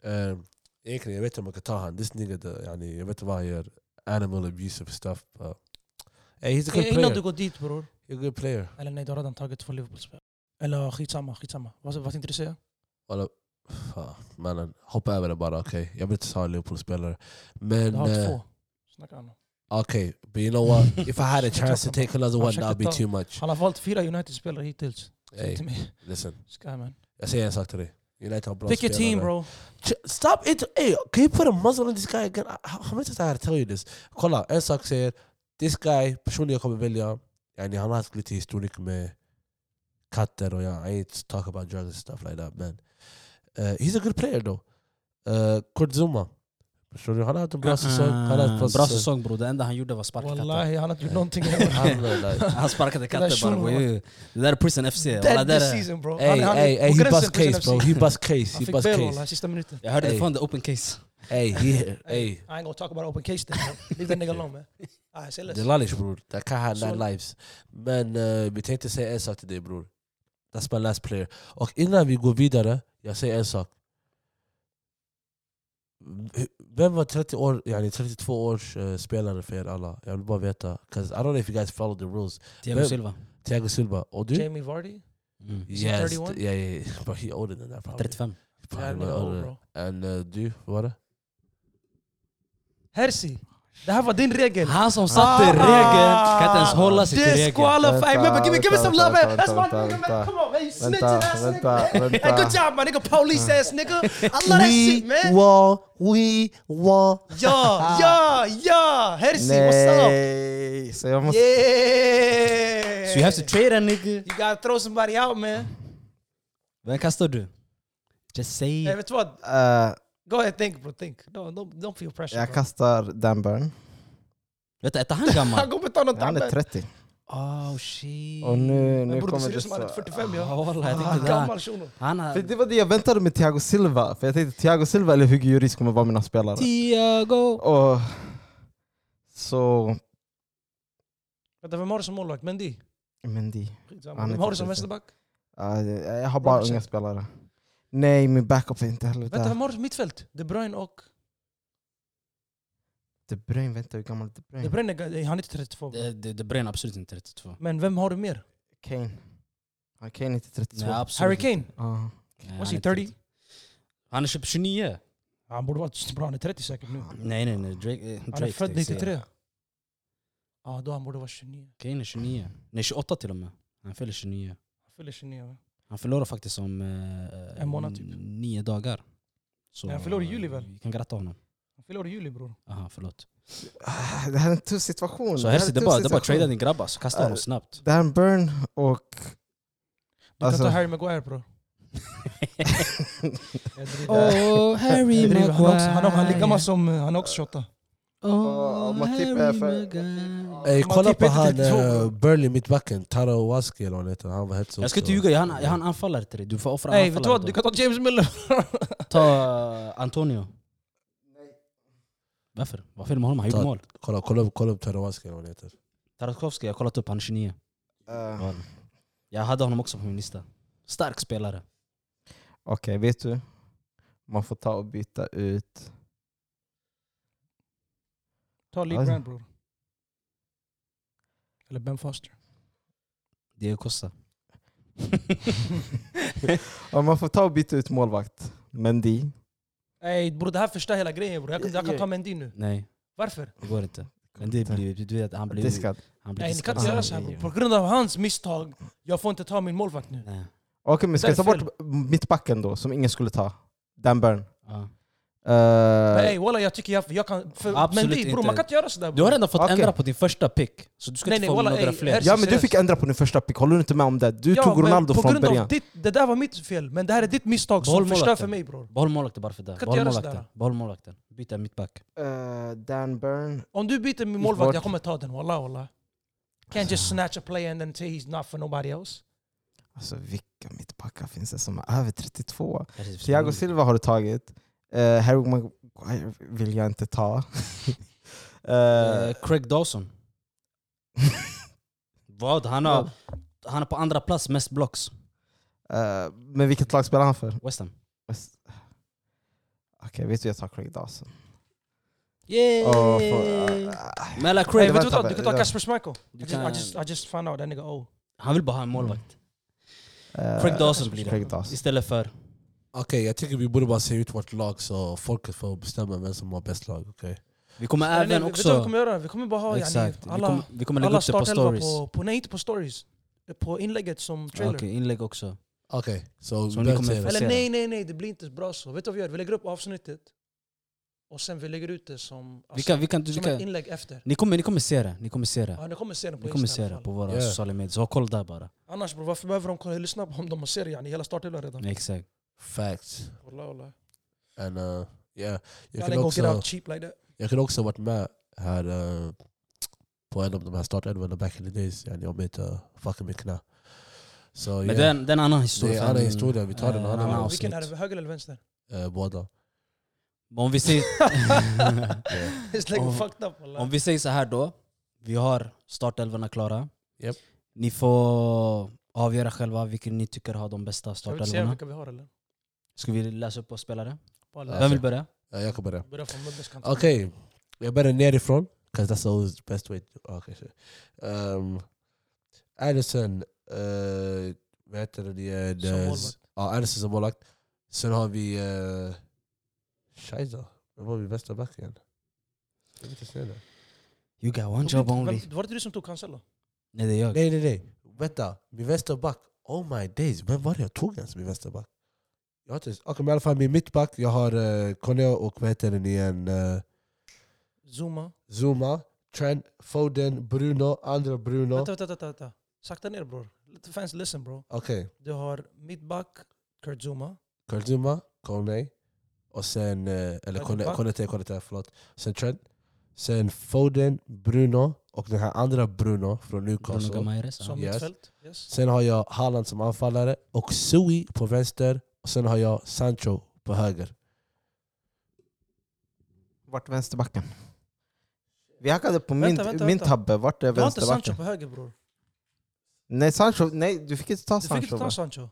Eh, egentligen, jag vet inte om man kan ta han. This nigga, the, yani, jag vet inte vad han gör. Animal abusive stuff. But... Hey, he's a good Eh, Innan du player. går dit bror. He's a good player. Eller nej, du har redan tagit två Liverpool-spelare. Eller skitsamma, skitsamma. Vad, vad tänkte du säga? Alla, fan, mannen, hoppa över det bara. Okej, jag vill inte ta en Liverpool-spelare. Du Men... har eh, två. Snacka om. Okej, but you know what? If I had a chance to take another one, Försöker that would be ta- too much. Han har valt fyra United-spelare hittills. Säg Hey, till mig. listen. Sky man. Jag säger en sak till dig. United har bra Pick your team spelare. bro. Ch- Stop it! Hey, can you put a muzzle on this guy again? I- How, how many times I gotta tell you this? Kolla, en sak säger, this guy, personligen jag kommer välja, yani han har haft lite historik med katter och jag, I ain't to talk about drugs and stuff like that man. Uh, he's a good player though. Uh, Kurt Zuma. Förstår du? Han har haft en bra säsong. Han har haft en Ah, Bra säsong bror, det enda han gjorde var sparka katter. Wallahi, han har inte gjort någonting. Han, eh, like, Han sparkade Det där katter bara. shunon, bro. Ju, Det där är prison FC. Walla, Dead där this är, season bro. Hey, Han- han- hey, hey, på he gränsen bust till sin case bro. FC. He bust case. Han He fick bust bail walla, case. sista minuten. jag hörde Ey. fan det är open case. Hey, he, hey. I ain't gonna talk about open case then. bro. Leave that nigga alone man. Alright, say less. Det är lallish bror, det kan ha Så- nine lives. Men eh, vi tänkte säga en sak till dig bror. That's my last player. Och innan vi går vidare, jag säger en sak. V- Vem var 30 år, yani 32 års eh, spelare för er alla? Jag vill bara veta. 'Cause I don't know if you guys follow the rules. Thiago Vem- Silva. Thiago Silva. Och du? Jamie Vardy? Mm. Is he Yes. 31? Yeah, yeah, yeah. But he older than that probably. 35. Yeah, I Probably know, older. bro. And uh, du, vad var det? Hersi, det här var din regel. Han som satte Ah. regeln kan inte ens hålla sig till regeln. Disqualify! Vänta, Man, give me, give me vänta, some love! man. vänta, That's vänta, one nigga, man! vänta. Come on, man! You snitching Vänta, ass nigga! vänta, Hey, good vänta. job, my nigga! Police ass nigga! I love that shit, We man! were, we were. Ja, ja, ja! Hersi, what's up? Nej, så jag måste... Yeah! So you have to trade that nigga. You gotta throw somebody out, man! Vem kastar du? Just say Hey, vet du vad? Eh, Go ahead, think bro, think. No, don't, don't feel pressure. jag bro. kastar Dan Burn. Vet du, är inte han gammal? Han kommer ta någon Han är annan. 30. Oh shit. Och nu, Men nu bror, du kommer ser det ut som han är så... 45 Ja, ja. wallah, jag Han är tänkte det. här. Gammal shuno. Han har... För det var det jag väntade med Thiago Silva. För jag tänkte Thiago Silva eller Hugo Lloris kommer vara mina spelare. Tiago! Och så... Vänta, vem har du som målvakt? Mendy? Mendy. Skitsamma. Han är Vem har du som 30. vänsterback? Ja, det- jag har bara Robertson. unga spelare. Nej, min backup är inte heller Vänta, där. vem har du som mittfält? De Bruyne och... De Bruyne, vänta hur gammal är De De Bruyne? Bruyne, är- han är inte 32. Det, det, det brinner absolut inte 32. Men vem har du mer? Kane. Ja, Kane är inte 32. Nej, absolut Harry inte. Kane? Ja. Nej, Was han he är 30? 30. Han är typ 29. Han borde vara bra, han är 30 säkert nu. Nej, nej, nej. Drake, eh, Drake Han är född tänkte jag säga. 93. Ja, då han borde vara 29. Kane är 29. Nej, 28 till och med. Han fyller 29. Han fyller 29 va? Han förlorar faktiskt om eh, En månad typ. nio dagar. Så, Nej, han förlorar i juli väl? Vi kan gratta honom. Han fyller år i juli bror. Aha, förlåt. Ah, Det här är en tuff situation. Så här Hersi, en det är tuff bara, det är bara situation. trada din grabbar så kasta Ja. Äh, honom snabbt. Dan Burn och... Du Alltså- kan ta Harry Maguire bror. Jag driver. Oh, Harry Jag driver. Han är också- han är- Han är Maguire. gammal som... eh, Han är också 28. Åh, Matip är Harry för- Maguire. Ey, Matip kolla på heter han 32, bro. eh, Burnley mittbacken, Taro Waski eller vad han heter. Han var helt så. Jag ska inte ljuga, jag hann, jag hann anfallare till dig. Du får offra Nej, vet du anfallare. vad? då. Du kan ta James Miller. Ta eh, Antonio. Varför? Vad fel med honom? Han Ta- gjorde mål. Kolla, kolla, upp- kolla upp Taro Waski eller vad han heter. Taraskovski, jag har kollat upp, han är 29. eh, Val. Jag hade honom också på min lista. Stark spelare. Okej, vet du? Man får ta och byta ut... Ta Lee Alltså. Brand bror. Eller Ben Foster. Diego Costa. Ja, man får ta och byta ut målvakt. Mendy. Nej bror, det här förstör hela grejen bror. Jag kan, jag kan ta Mendy nu. Nej, Varför? det går inte. Men det blir, du vet, han blir... Diskad. Han blir Nej, ni kan diskad. inte göra Ah, så här bror. nej. På grund av hans misstag, jag får inte ta min målvakt nu. Nej. Okej, men ska jag ta Därför- bort mittbacken då, som ingen skulle ta? Eh, Dan Burn. Ja. Men ey walla, jag tycker jag, jag kan... För Absolut Mendy bror, inte. man kan inte göra sådär Du har bror. redan fått Okej. ändra på din första pick, så du ska Nej, inte nej, få walla, några ey, fler. Hersi- ja, men du seriöst. fick ändra på din första pick, håller du inte med om det? Du tog men Ronaldo på från grund av början. Ditt, det där var mitt fel, men det här är ditt misstag som Bollmålvakten. förstör för mig bror. Behåll målvakten bara för det. Kan inte Behåll göra målvakten. sådär. Behåll målvakten. Byta mittback. Eh, Dan Burn. Om du byter min Gick målvakt, bort. jag kommer ta den wallah wallah. Can't just snatch a player and then say he's not for nobody else. Alltså vilka mittbackar finns det som är över 32? Hersi, Thiago förstår Mm. du? Silva har du tagit. Eh, Harry Maguire vill jag inte ta. Eh, Eh, Craig Dawson. Vad? Han har, han är på andra plats mest blocks. eh, men vilket lag spelar han för? West Ham. West- Okej, vet du jag tar Craig Dawson. Yay! Och får- ah, Mella Hey, Craig. vet du vänta, vad? Du kan ta vänta. Kasper Schmeichel. I Du just, kan- I, just, I just found out that nigga oh. Han vill bara ha en målvakt. eh, Craig Dawson blir Craig det. Dawson. Istället för... Okej, jag tycker vi borde bara se ut vårt lag så folket får bestämma vem som har bäst lag. Okej. Vi kommer Nej, nej, även vet du vad vi också... kommer göra? Vi kommer bara ha yani, Exakt. Vi alla, kommer, vi kommer lägga alla upp det på startelva stories. Ah, på, på... Nej, inte på stories. På inlägget som Okej, trailer. inlägg också. Okej, så Så ni vem kommer säger få det? Eller se nej, nej, nej, det blir inte bra så. Vet du vad vi gör? Vi lägger upp avsnittet. Och sen vi lägger ut det som, Vi alltså, kan, vi kan, vi som ett kan, inlägg efter. ni, kommer, ni kommer se det. Ni kommer se det. Ja, ni kommer se det på Ni kommer se Insta i alla det fall. på våra Ja. sociala medier. Så ha koll där bara. Annars bror, varför behöver de kolla, lyssna på om de har ser yani, hela startelvan redan? Exakt. Facts. Wallah, wallah. And, uh, yeah. Jag jag, kan kan go get också, out cheap like that. jag kan också ha varit med här eh, på en av de här startelvorna back in the days, yani, om jag inte fuckade mitt knä. Så Men yeah, det är en- det är en annan historia. Det är för en annan en- historia. Vi tar den eh, en annan annan gång. avsnitt. Vilken är det, höger eller vänster? eh, båda. Men Om vi säger... It's like Om- fucked up wallah. Om vi säger så här då. Vi har startelvorna klara. Japp. Ni får avgöra själva vilken ni tycker har de bästa Ska vi inte se startelvorna. vilka vi har eller? Ska vi läsa upp på spelare? Wallah. Vem vill börja? Eh, jag kan börja. Börja från Mubbes kant. Okej, jag börjar nerifrån. Because that's always the best way. To, okay, sure. um, Alisson, eh, vad heter det igen? Som Eh, målvakt. Ja, Alisson som målvakt. Sen har vi... Eh, Scheisse. Vem var vi bästa back igen? Jag vet inte snälla. You got one job Vem- only. Var det du som tog Cancelo? Nej, det är jag. Nej, nej, nej. Vänta. Min vänsterback. Oh my days. Vem var det jag tog ens min vänsterback? Jag har inte... ens- Okej, men i alla fall min mittback. Jag har eh, Corneo och vad heter den igen? Eh, Zuma? Zuma, Trent, Foden, Bruno, andra Bruno. Vänta, vänta, vänta, vänta. Sakta ner bror. Let the fans listen bro. Okej. Du har mittback, Kurt Zuma. Ah, Kurt Zuma, Kone. Och sen... eh, Eller Kone- Mittback. Konate, Konate, förlåt. Sen Trent. Sen Foden, Bruno och den här andra Bruno från Bruno Newcastle. Gamaires. ja. Som Yes. mittfält. Yes. Sen har jag Haaland som anfallare och Sui på vänster. Och sen har jag Sancho på höger. Vart är vänsterbacken? Vi hackade på Vänta, min, vänta, min vänta. tabbe, vart är Du har inte Sancho vänsterbacken? på höger bror. Nej, Sancho, nej, du fick inte ta Du fick inte Sancho. ta va? Sancho.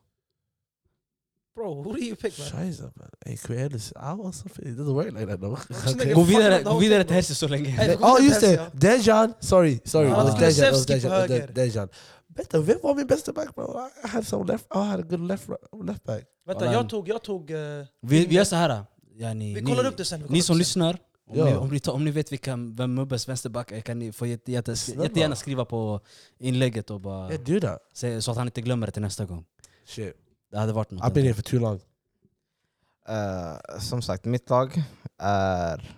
Bro, who do you pick man? Scheisse man. Hey, Crealis. I want something. It doesn't work like that. No. snälla. Gå vidare, Fuck, gå vidare till bro. Herse så länge. Nej, Ja gå just vidare, det, Dejan! Sorry, sorry. Ah. Ah. Dejan, it was Kulusevski Dejan, it på was höger. De- Dejan. Vänta, vem var min bästa back bro? I had some left, I had a good left, left back. Vänta, jag tog... Jag tog eh, Vi, vi gör så här. Yani, vi ni- kollar upp det sen. vi kollar Ni upp som det sen. lyssnar, om, Ja. ni, om, ni, tar- om ni vet vilka, vem Mubbes vänsterback är kan ni få jätte, jätte, Snälla. jättegärna skriva på inlägget och bara, Yeah, do that. se, så att han inte glömmer det till nästa gång. Shit. Det hade varit något. I've been here for too long. Eh, som sagt, mitt lag är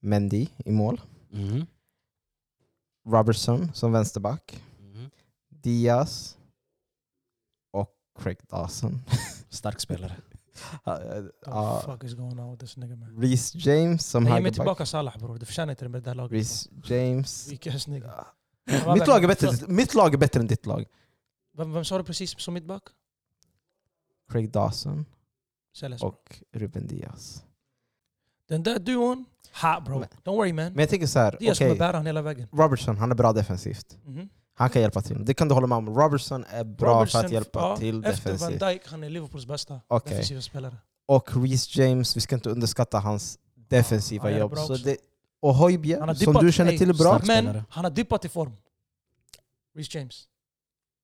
Mendy i mål. Mhm. Robertson som vänsterback. Mhm. Diaz. Och Craig Dawson. Stark spelare. Ja, eh, What ja. Ah. the fuck is going on with this nigga man? Reece James som Nej, ge mig högerback. tillbaka Salah bror, du förtjänar inte det med det här laget. Reece James. Weak ass nigga. Ja. Han var Mitt lag, är verkligen- bättre, mitt lag är bättre än ditt lag. Vem, vem sa du precis som mittback? Craig Dawson Celes. bro. och Ruben Diaz. Den där duon, ha bro. Men- Don't worry man. Men jag tänker så här, Diaz okej, kommer bära han hela vägen. Robertson han är bra defensivt. Mhm. Han kan hjälpa till. Det kan du hålla med om. Robertson är bra för Robertson, att hjälpa ja, till Efter Van defensivt. Dijk, han är Liverpools bästa Okej. defensiva spelare. Och Reece James, vi ska inte underskatta hans defensiva han är jobb. bra Så också. det, och Han Højbjerg, har som dippat- du känner nej, till är bra. snack- Men spelare. han har dippat i form. Reece James.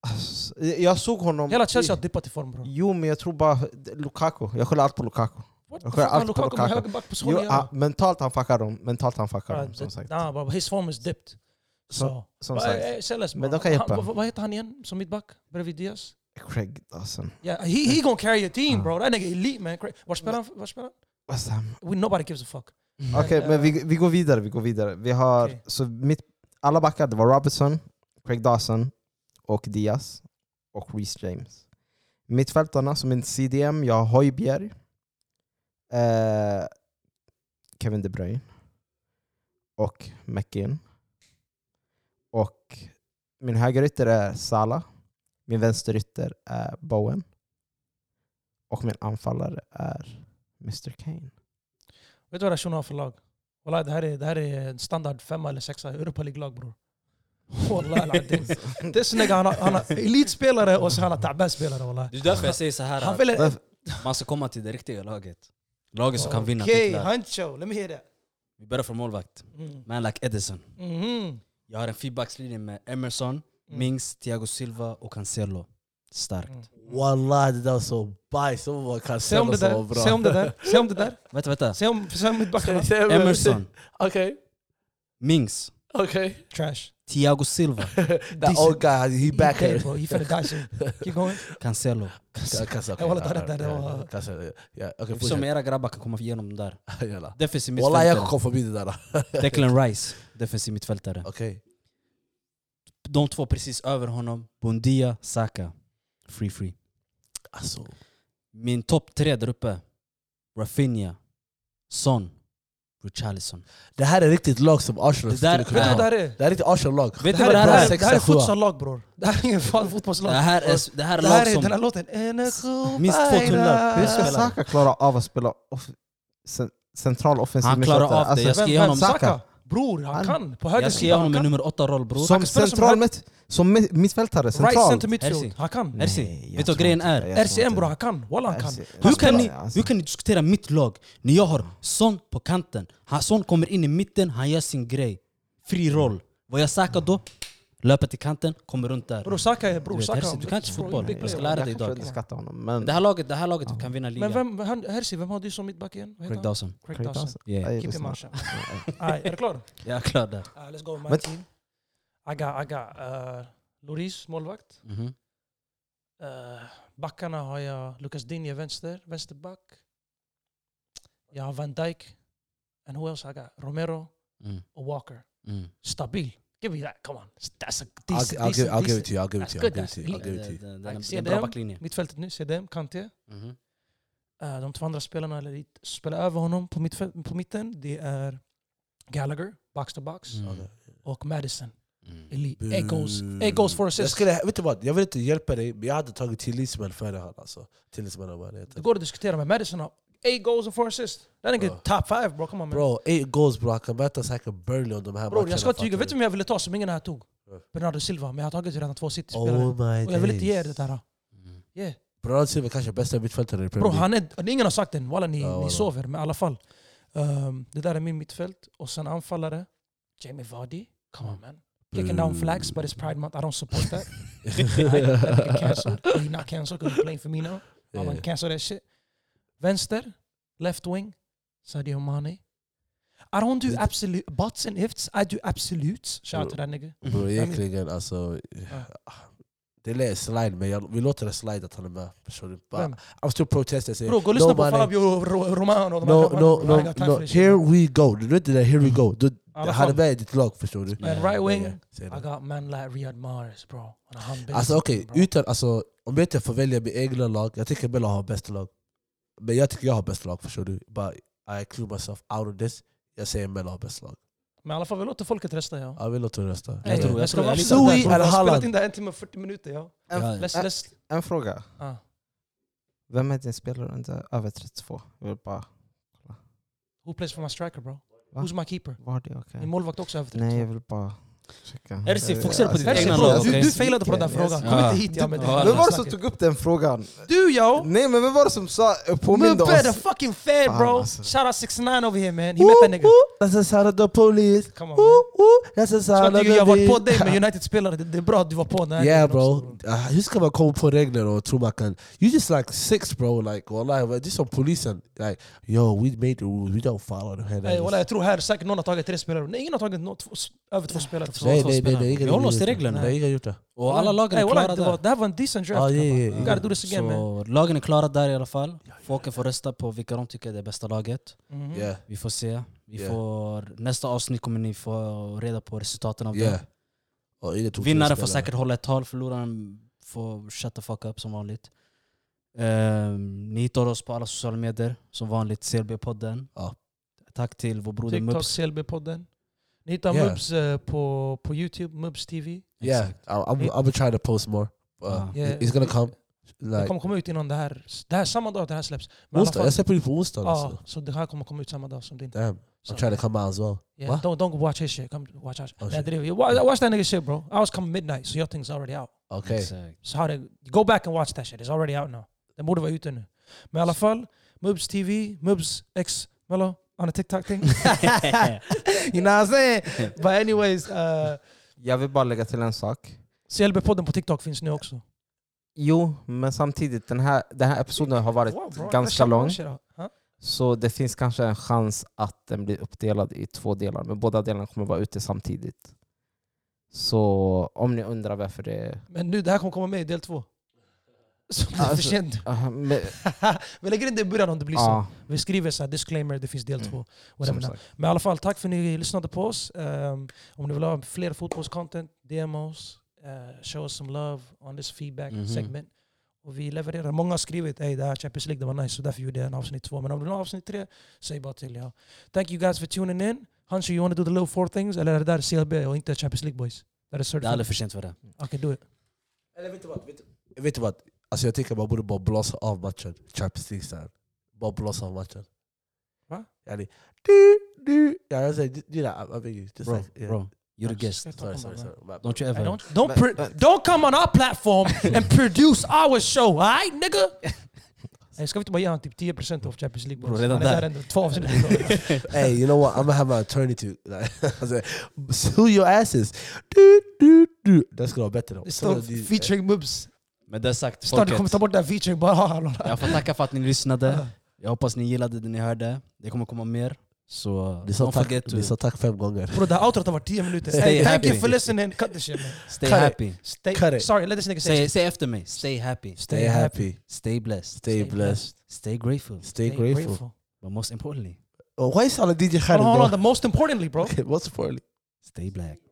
Alltså, Jag såg honom... Hela Chelsea har dippat i form bror. Jo, men jag tror bara Lukaku. Jag skyller allt på Lukaku. What the Jag fuck skär har allt på Lukaku med Lukaku. högerback på Jo, Sony? ah, mentalt han fuckar dem. Mentalt han fuckar dem, som sagt. Nah, bro, his form is dipped. Så. Som Va- sagt, eh, Celes, Men bro. de kan hjälpa. Han- vad- Vad heter han igen som mittback bredvid Diaz? Craig Dawson. Yeah, he, he gonna carry a team Ah. bro. That nigga elite man. Cra- Var spelar han? Var spelar West Ham. han? We- Nobody gives a fuck. Eh, Okej, men vi, vi går vidare. Vi går vidare. Vi har... Okej. Så mitt, alla backar, det var Robertson, Craig Dawson och Diaz och Reece James. Mittfältarna som är CDM, jag har Højbjerg, eh, Kevin De Bruyne och McInn. Och min högerytter är Salah, min vänsterytter är Bowen och min anfallare är Mr Kane. Vet du vad Rashun har för lag? Wallah, det, här är, det här är en standard femma eller sexa Europa League-lag bror. Wallah al-azim. Det är så nigga, han har- han har elitspelare och så han har tabban-spelare wallah. Det är därför jag säger så här. Han att väljer... Man ska komma till det riktiga laget. Laget som kan vinna Okej, titlar. Hancho. Let me hear that. Vi börjar från målvakt. Mm. Man like Edison. Mhm. Jag har en feedbackslinje med Emerson, Mm. Mings, Thiago Silva och Cancelo. Starkt. Mm. Wallah, det där var så bajs. Som var Se om Cancelo det som var där, bra. se om det där, se om det där. Vänta, vänta. Se om, se om mittbackarna. Emerson, Okej, Mings, okej. Trash. Thiago Silva, That old guy, he back He here. bro. He finna die soon. Keep going. Cancelo. Cancel, Jag håller där, där, där var- Cancel, ja. Okej, Vi får se om fortsätt. era grabbar kan komma igenom de där. Jalla. Defensiv Wallah, jag mittfältare. kom förbi det där. Declan Rice, defensiv mittfältare. Okej. De två precis över honom, Bondia, Saka. Free free. Alltså, Min topp tre där uppe, Rafinha, Son, Richarlison. det här är riktigt lag som Arsenal Det där skulle kunna Ja. ha. Vet du vad det här är? Det här är riktigt Arsenal-lag. Vet Det du här vad det här är, är? det här är Sexa, sjua. futsallag bror. Det här är ingen fan Det fotbollslag. här är, det här Det här är är lag den här som... låten. Energo Minst två tunnlar. Hur Hur ska spelar han? Saka klara av att spela off- cen- central offensiv Han klarar mittfältare? Alltså, av det. Jag ska Vem, ge vem? honom, Saka? Saka. Bror, han Han- kan. På höger jag ska ge sida. honom han en kan. nummer åtta-roll bror. som spela som central hög- mitt, som mi- mittfältare, Right central. center midfield. Herzi. Han kan. Ersin, Nej, jag vet du vad tror grejen inte är? det. Jag tror RCM inte bror, det. han kan. Walla han kan. RCM. Hur Alltså, kan, ni, alltså. hur kan ni diskutera mitt lag när jag har Son på kanten? Han, son kommer in i mitten, han gör sin grej. Fri roll. Vad jag Saka då? Löper till kanten, kommer runt där. Bror Saka, Du bror vet, Saka. Herse, du kan inte fotboll. Big Jag ska player. lära Jag dig kanske idag. underskattar honom, men... Det här laget, det här laget kan vinna Men ligan. vem, han- Hersi, vem har du som mittback igen? Vad heter Craig han? Dawson. Craig Dawson. Yeah. Jag Keep him lyssnar. on shot. Alright, är du klar? Jag är klar där. Ah, let's go with my Men- team. I got, I got uh, Loris, målvakt. Mhm. Eh, backarna har jag Lucas Digne, vänster, vänsterback. Jag har Van Dijk. And who else I got? Romero Mm. och Walker. Mm. Stabil. alltså, Give me that, come on. That's a I'll, decent, I'll, give, decent, I'll give it decent. to you, I'll give it to you, I'll give it to you. I'll give it to Det- you. det- det- Det Ser är en dem? bra backlinje. Mittfältet nu, CDM, Kanté. Mhm. Eh, de två andra spelarna eller, spelar över honom på, mittfält, på mitten. Det är Gallagher, box to box. Mm. Okej. Och Madison, Mm. elite. It goes, it goes for Jag assist. skulle, vet du vad, jag vill inte hjälpa dig, men jag hade tagit till Ismail före han alltså. Till Ismail vad han Det heter. går att diskutera med Madison. har Eight goals and four assists. Den är Bro. top five bro, come on man. Bro, Bro, eight goals bro, han kan möta säkert Burnley om de här matcherna. jag ska inte ljuga. fattar Vet du vem jag ville ta som ingen här tog? Nej. Bernardo Silva, men jag har tagit redan två City-spelare. Oh my och jag vill inte ge er days. det här. Mm. Yeah. Bernardo Silva kanske är bästa mittfältaren i Bro, Premier League. han är, ingen har sagt den. Walla, ni, Ja, ni walla. sover. Men i alla fall. Ehm, det där är min mittfält. Och sen anfallare. Jamie Vardy. Come on man. Kicking down flags, but it's Pride Month. I don't support that. I, that nigga cancelled. He's not cancelled because he's playing for me now. I'm gonna Yeah. cancel that shit. Vänster, left wing, Sadio Mane. I don't do Did- absolute bots and ifs. I do absolutes. Shout out to that nigga. Bro, egentligen alltså... Det är slide, men jag, vi låter det slide att han är med. Förstår du? Bara- Vem? I'm still protesting. saying, Bro, gå och lyssna på nobody- Fabio Ro- Romano. de här No, grabbarna. no, I ain't no, got time no. for this shit. Mm-hmm. Here we go. Du vet det där here we go. Du, I alla han är fall. med i ditt lag förstår du. Man, right wing, Ja, ja, säg det. I got man like Riyad Mahrez bro. On a humble Alltså okej, bro. utan, alltså, om jag inte får välja mitt egna lag, jag tycker Bella har bäst lag. Men jag tycker jag har bäst lag förstår du. But I include myself out of this. Jag säger Bella har bäst lag. Men i alla fall, vi låter folket rösta ja. Jag vill låta dig rösta. Jag tror- jag ska tror- vara jag upset där, litar- bro. Vi har Halland. spelat in det här en timme och 40 minuter ja. Ja, ja. Let's, Äh. let's, En fråga. ah. Vem är din spelare under över 32? Jag vill bara... Who plays for my striker bro? Va? Who's my keeper? Var det okej? Min målvakt också över 30. Nej, jag vill bara... Checka. Eh, Ersi, fokusera på ditt Herse, egna bro, lag, du, okej? du failade på den där frågan. Kom Ja. inte hit ja, med det. Ja. Vem var det som tog upp den frågan? Du yo! Nej men vem var det som sa, påminde Mubbe the oss? fucking fan Fan, bro! alltså. Shout out 69 over here man, he met that nigga. That's a sound of the police. Come on man. Ooh, ooh, that's a Så sound att of du- the Jag var på police. dig med United-spelare, det det är bra att du var på den här Yeah grejen också, bro. Ah, Hur ska man komma på regler och tro man kan... You just like six bro, like wallahi. well, This on polisen. Like yo, we made the rules, we don't follow the head. Nej, walla, jag tror här säkert någon har tagit tre spelare. Nej, ingen har tagit nå- två, s- över två spelare. två. Nej nej nej, nej. Vi ingen håller har oss till gjort det. er reglerna. Nej, ingen har gjort det. Och alla lagen Nej, är walla, klara det där. var- Det här var en decent draft. Ah, yeah, grabbar. yeah, We yeah. gotta do this again man. Så lagen är klara där i alla fall. Folken får rösta på vilka de tycker är det bästa laget. Mhm. Yeah. Vi får se. Vi Yeah. får, nästa avsnitt kommer ni få reda på resultaten av Yeah. det. er Och ingen tog Vinnaren får spelare. säkert hålla ett tal, förloraren får shut the fuck up som vanligt. Ehm, ni hittar oss på alla sociala medier, som vanligt CLB-podden. Ja. Tack till vår broder TikTok, Mubs. CLB-podden. Ni hittar Yeah. Mubs eh, på, på YouTube, Mubs TV. Yeah, Exakt. I, I'm, I'm trying to post more. Uh, Ah. Yeah. It's gonna come. Det Like, kommer komma ut innan det här. Det här är samma dag det här släpps. Men i alla onsdag. fall- Jag släpper ju på onsdag. Ja, alltså. så det här kommer komma ut samma dag som din. Damn, Så- I'm trying to come out as well. Yeah, don't, don't watch his shit. Come watch us. Oh, Nej, shit. driver. You wa- Watch that nigga shit bro. I was coming midnight, so your thing's already out. Okay. Exakt. So how to, go back and watch that shit. It's already out now. Den borde vara ute nu. Men i alla fall, Mubs TV, Mubs X Mello on a TikTok thing. you know what I'm saying? But anyways, uh, Jag vill bara lägga till en sak. CLB-podden på TikTok finns nu också. Jo, men samtidigt, den här, den här episoden har varit Wow, bro, I ganska gotta check lång. that shit out. Huh? Så det finns kanske en chans att den blir uppdelad i två delar, men båda delarna kommer vara ute samtidigt. Så om ni undrar varför det... Men nu, det här kommer komma med i del två. Så det är för Alltså- sent. Ah, men, Vi lägger in det i början om det blir så. ja, Mm. Vi skriver så här, disclaimer, det finns del två. som Whatever. sagt. Men i alla fall, tack för att ni lyssnade på oss. Ehm, om ni vill ha fler fotbollscontent, DM oss. eh, show us some love on this feedback Mhm. segment. Och vi levererar. Många har skrivit hey, det här Champions League det var nice, så därför gjorde jag en avsnitt två. Men om du vill ha avsnitt tre, säg bara till. Ja. Thank you guys for tuning in. Hanshi, you wanna do the little four things? Eller är det där CLB och inte Champions League boys? That is Det är certified. aldrig för sent för det. Okay, do it. Eller vet du vad? Vet, du- vet du vad? Alltså jag tycker man borde bara blåsa av matchen. Champions League sen. Bara blåsa av matchen. Va? Yani, du, du. Ja, jag säger, du där. I beg you. Just Bro, like, yeah. bro, you're a guest. Sorry, sorry, sorry. My- Don't you Hey, ever. don't don't, But- pro- but- don't come on our platform and produce our show, alright nigga? Hey, ska vi inte bara ge honom typ 10% av Champions League? Bro, boys? redan Han är där. ändå, Två avsnitt. hey, you know what? I'm gonna have my attorney to like, I said, sue your asses. Do, do, du. Den skulle vara bättre. Det står featuring Mubs. Med det sagt, Snart du folket, kommer ta bort den featuring bara. ha hallå. jag får tacka för att ni lyssnade. Jag hoppas ni gillade det ni hörde. Det kommer komma mer. Så Vi sa don't tack, forget to vi sa tack fem gånger. Bro, det här outrot har varit 10 minuter. Stay Hey, thank happy. you for listening. Cut this shit man. stay Cut it. happy. Stay, Cut it. Sorry, let this nigga say Say, say after me. Stay happy. Stay happy, Stay blessed. stay blessed, Stay grateful. stay grateful. But most importantly, Oh, Why is all the DJ Hold on, hold on. Khaled? The most importantly bro. What's for stay black.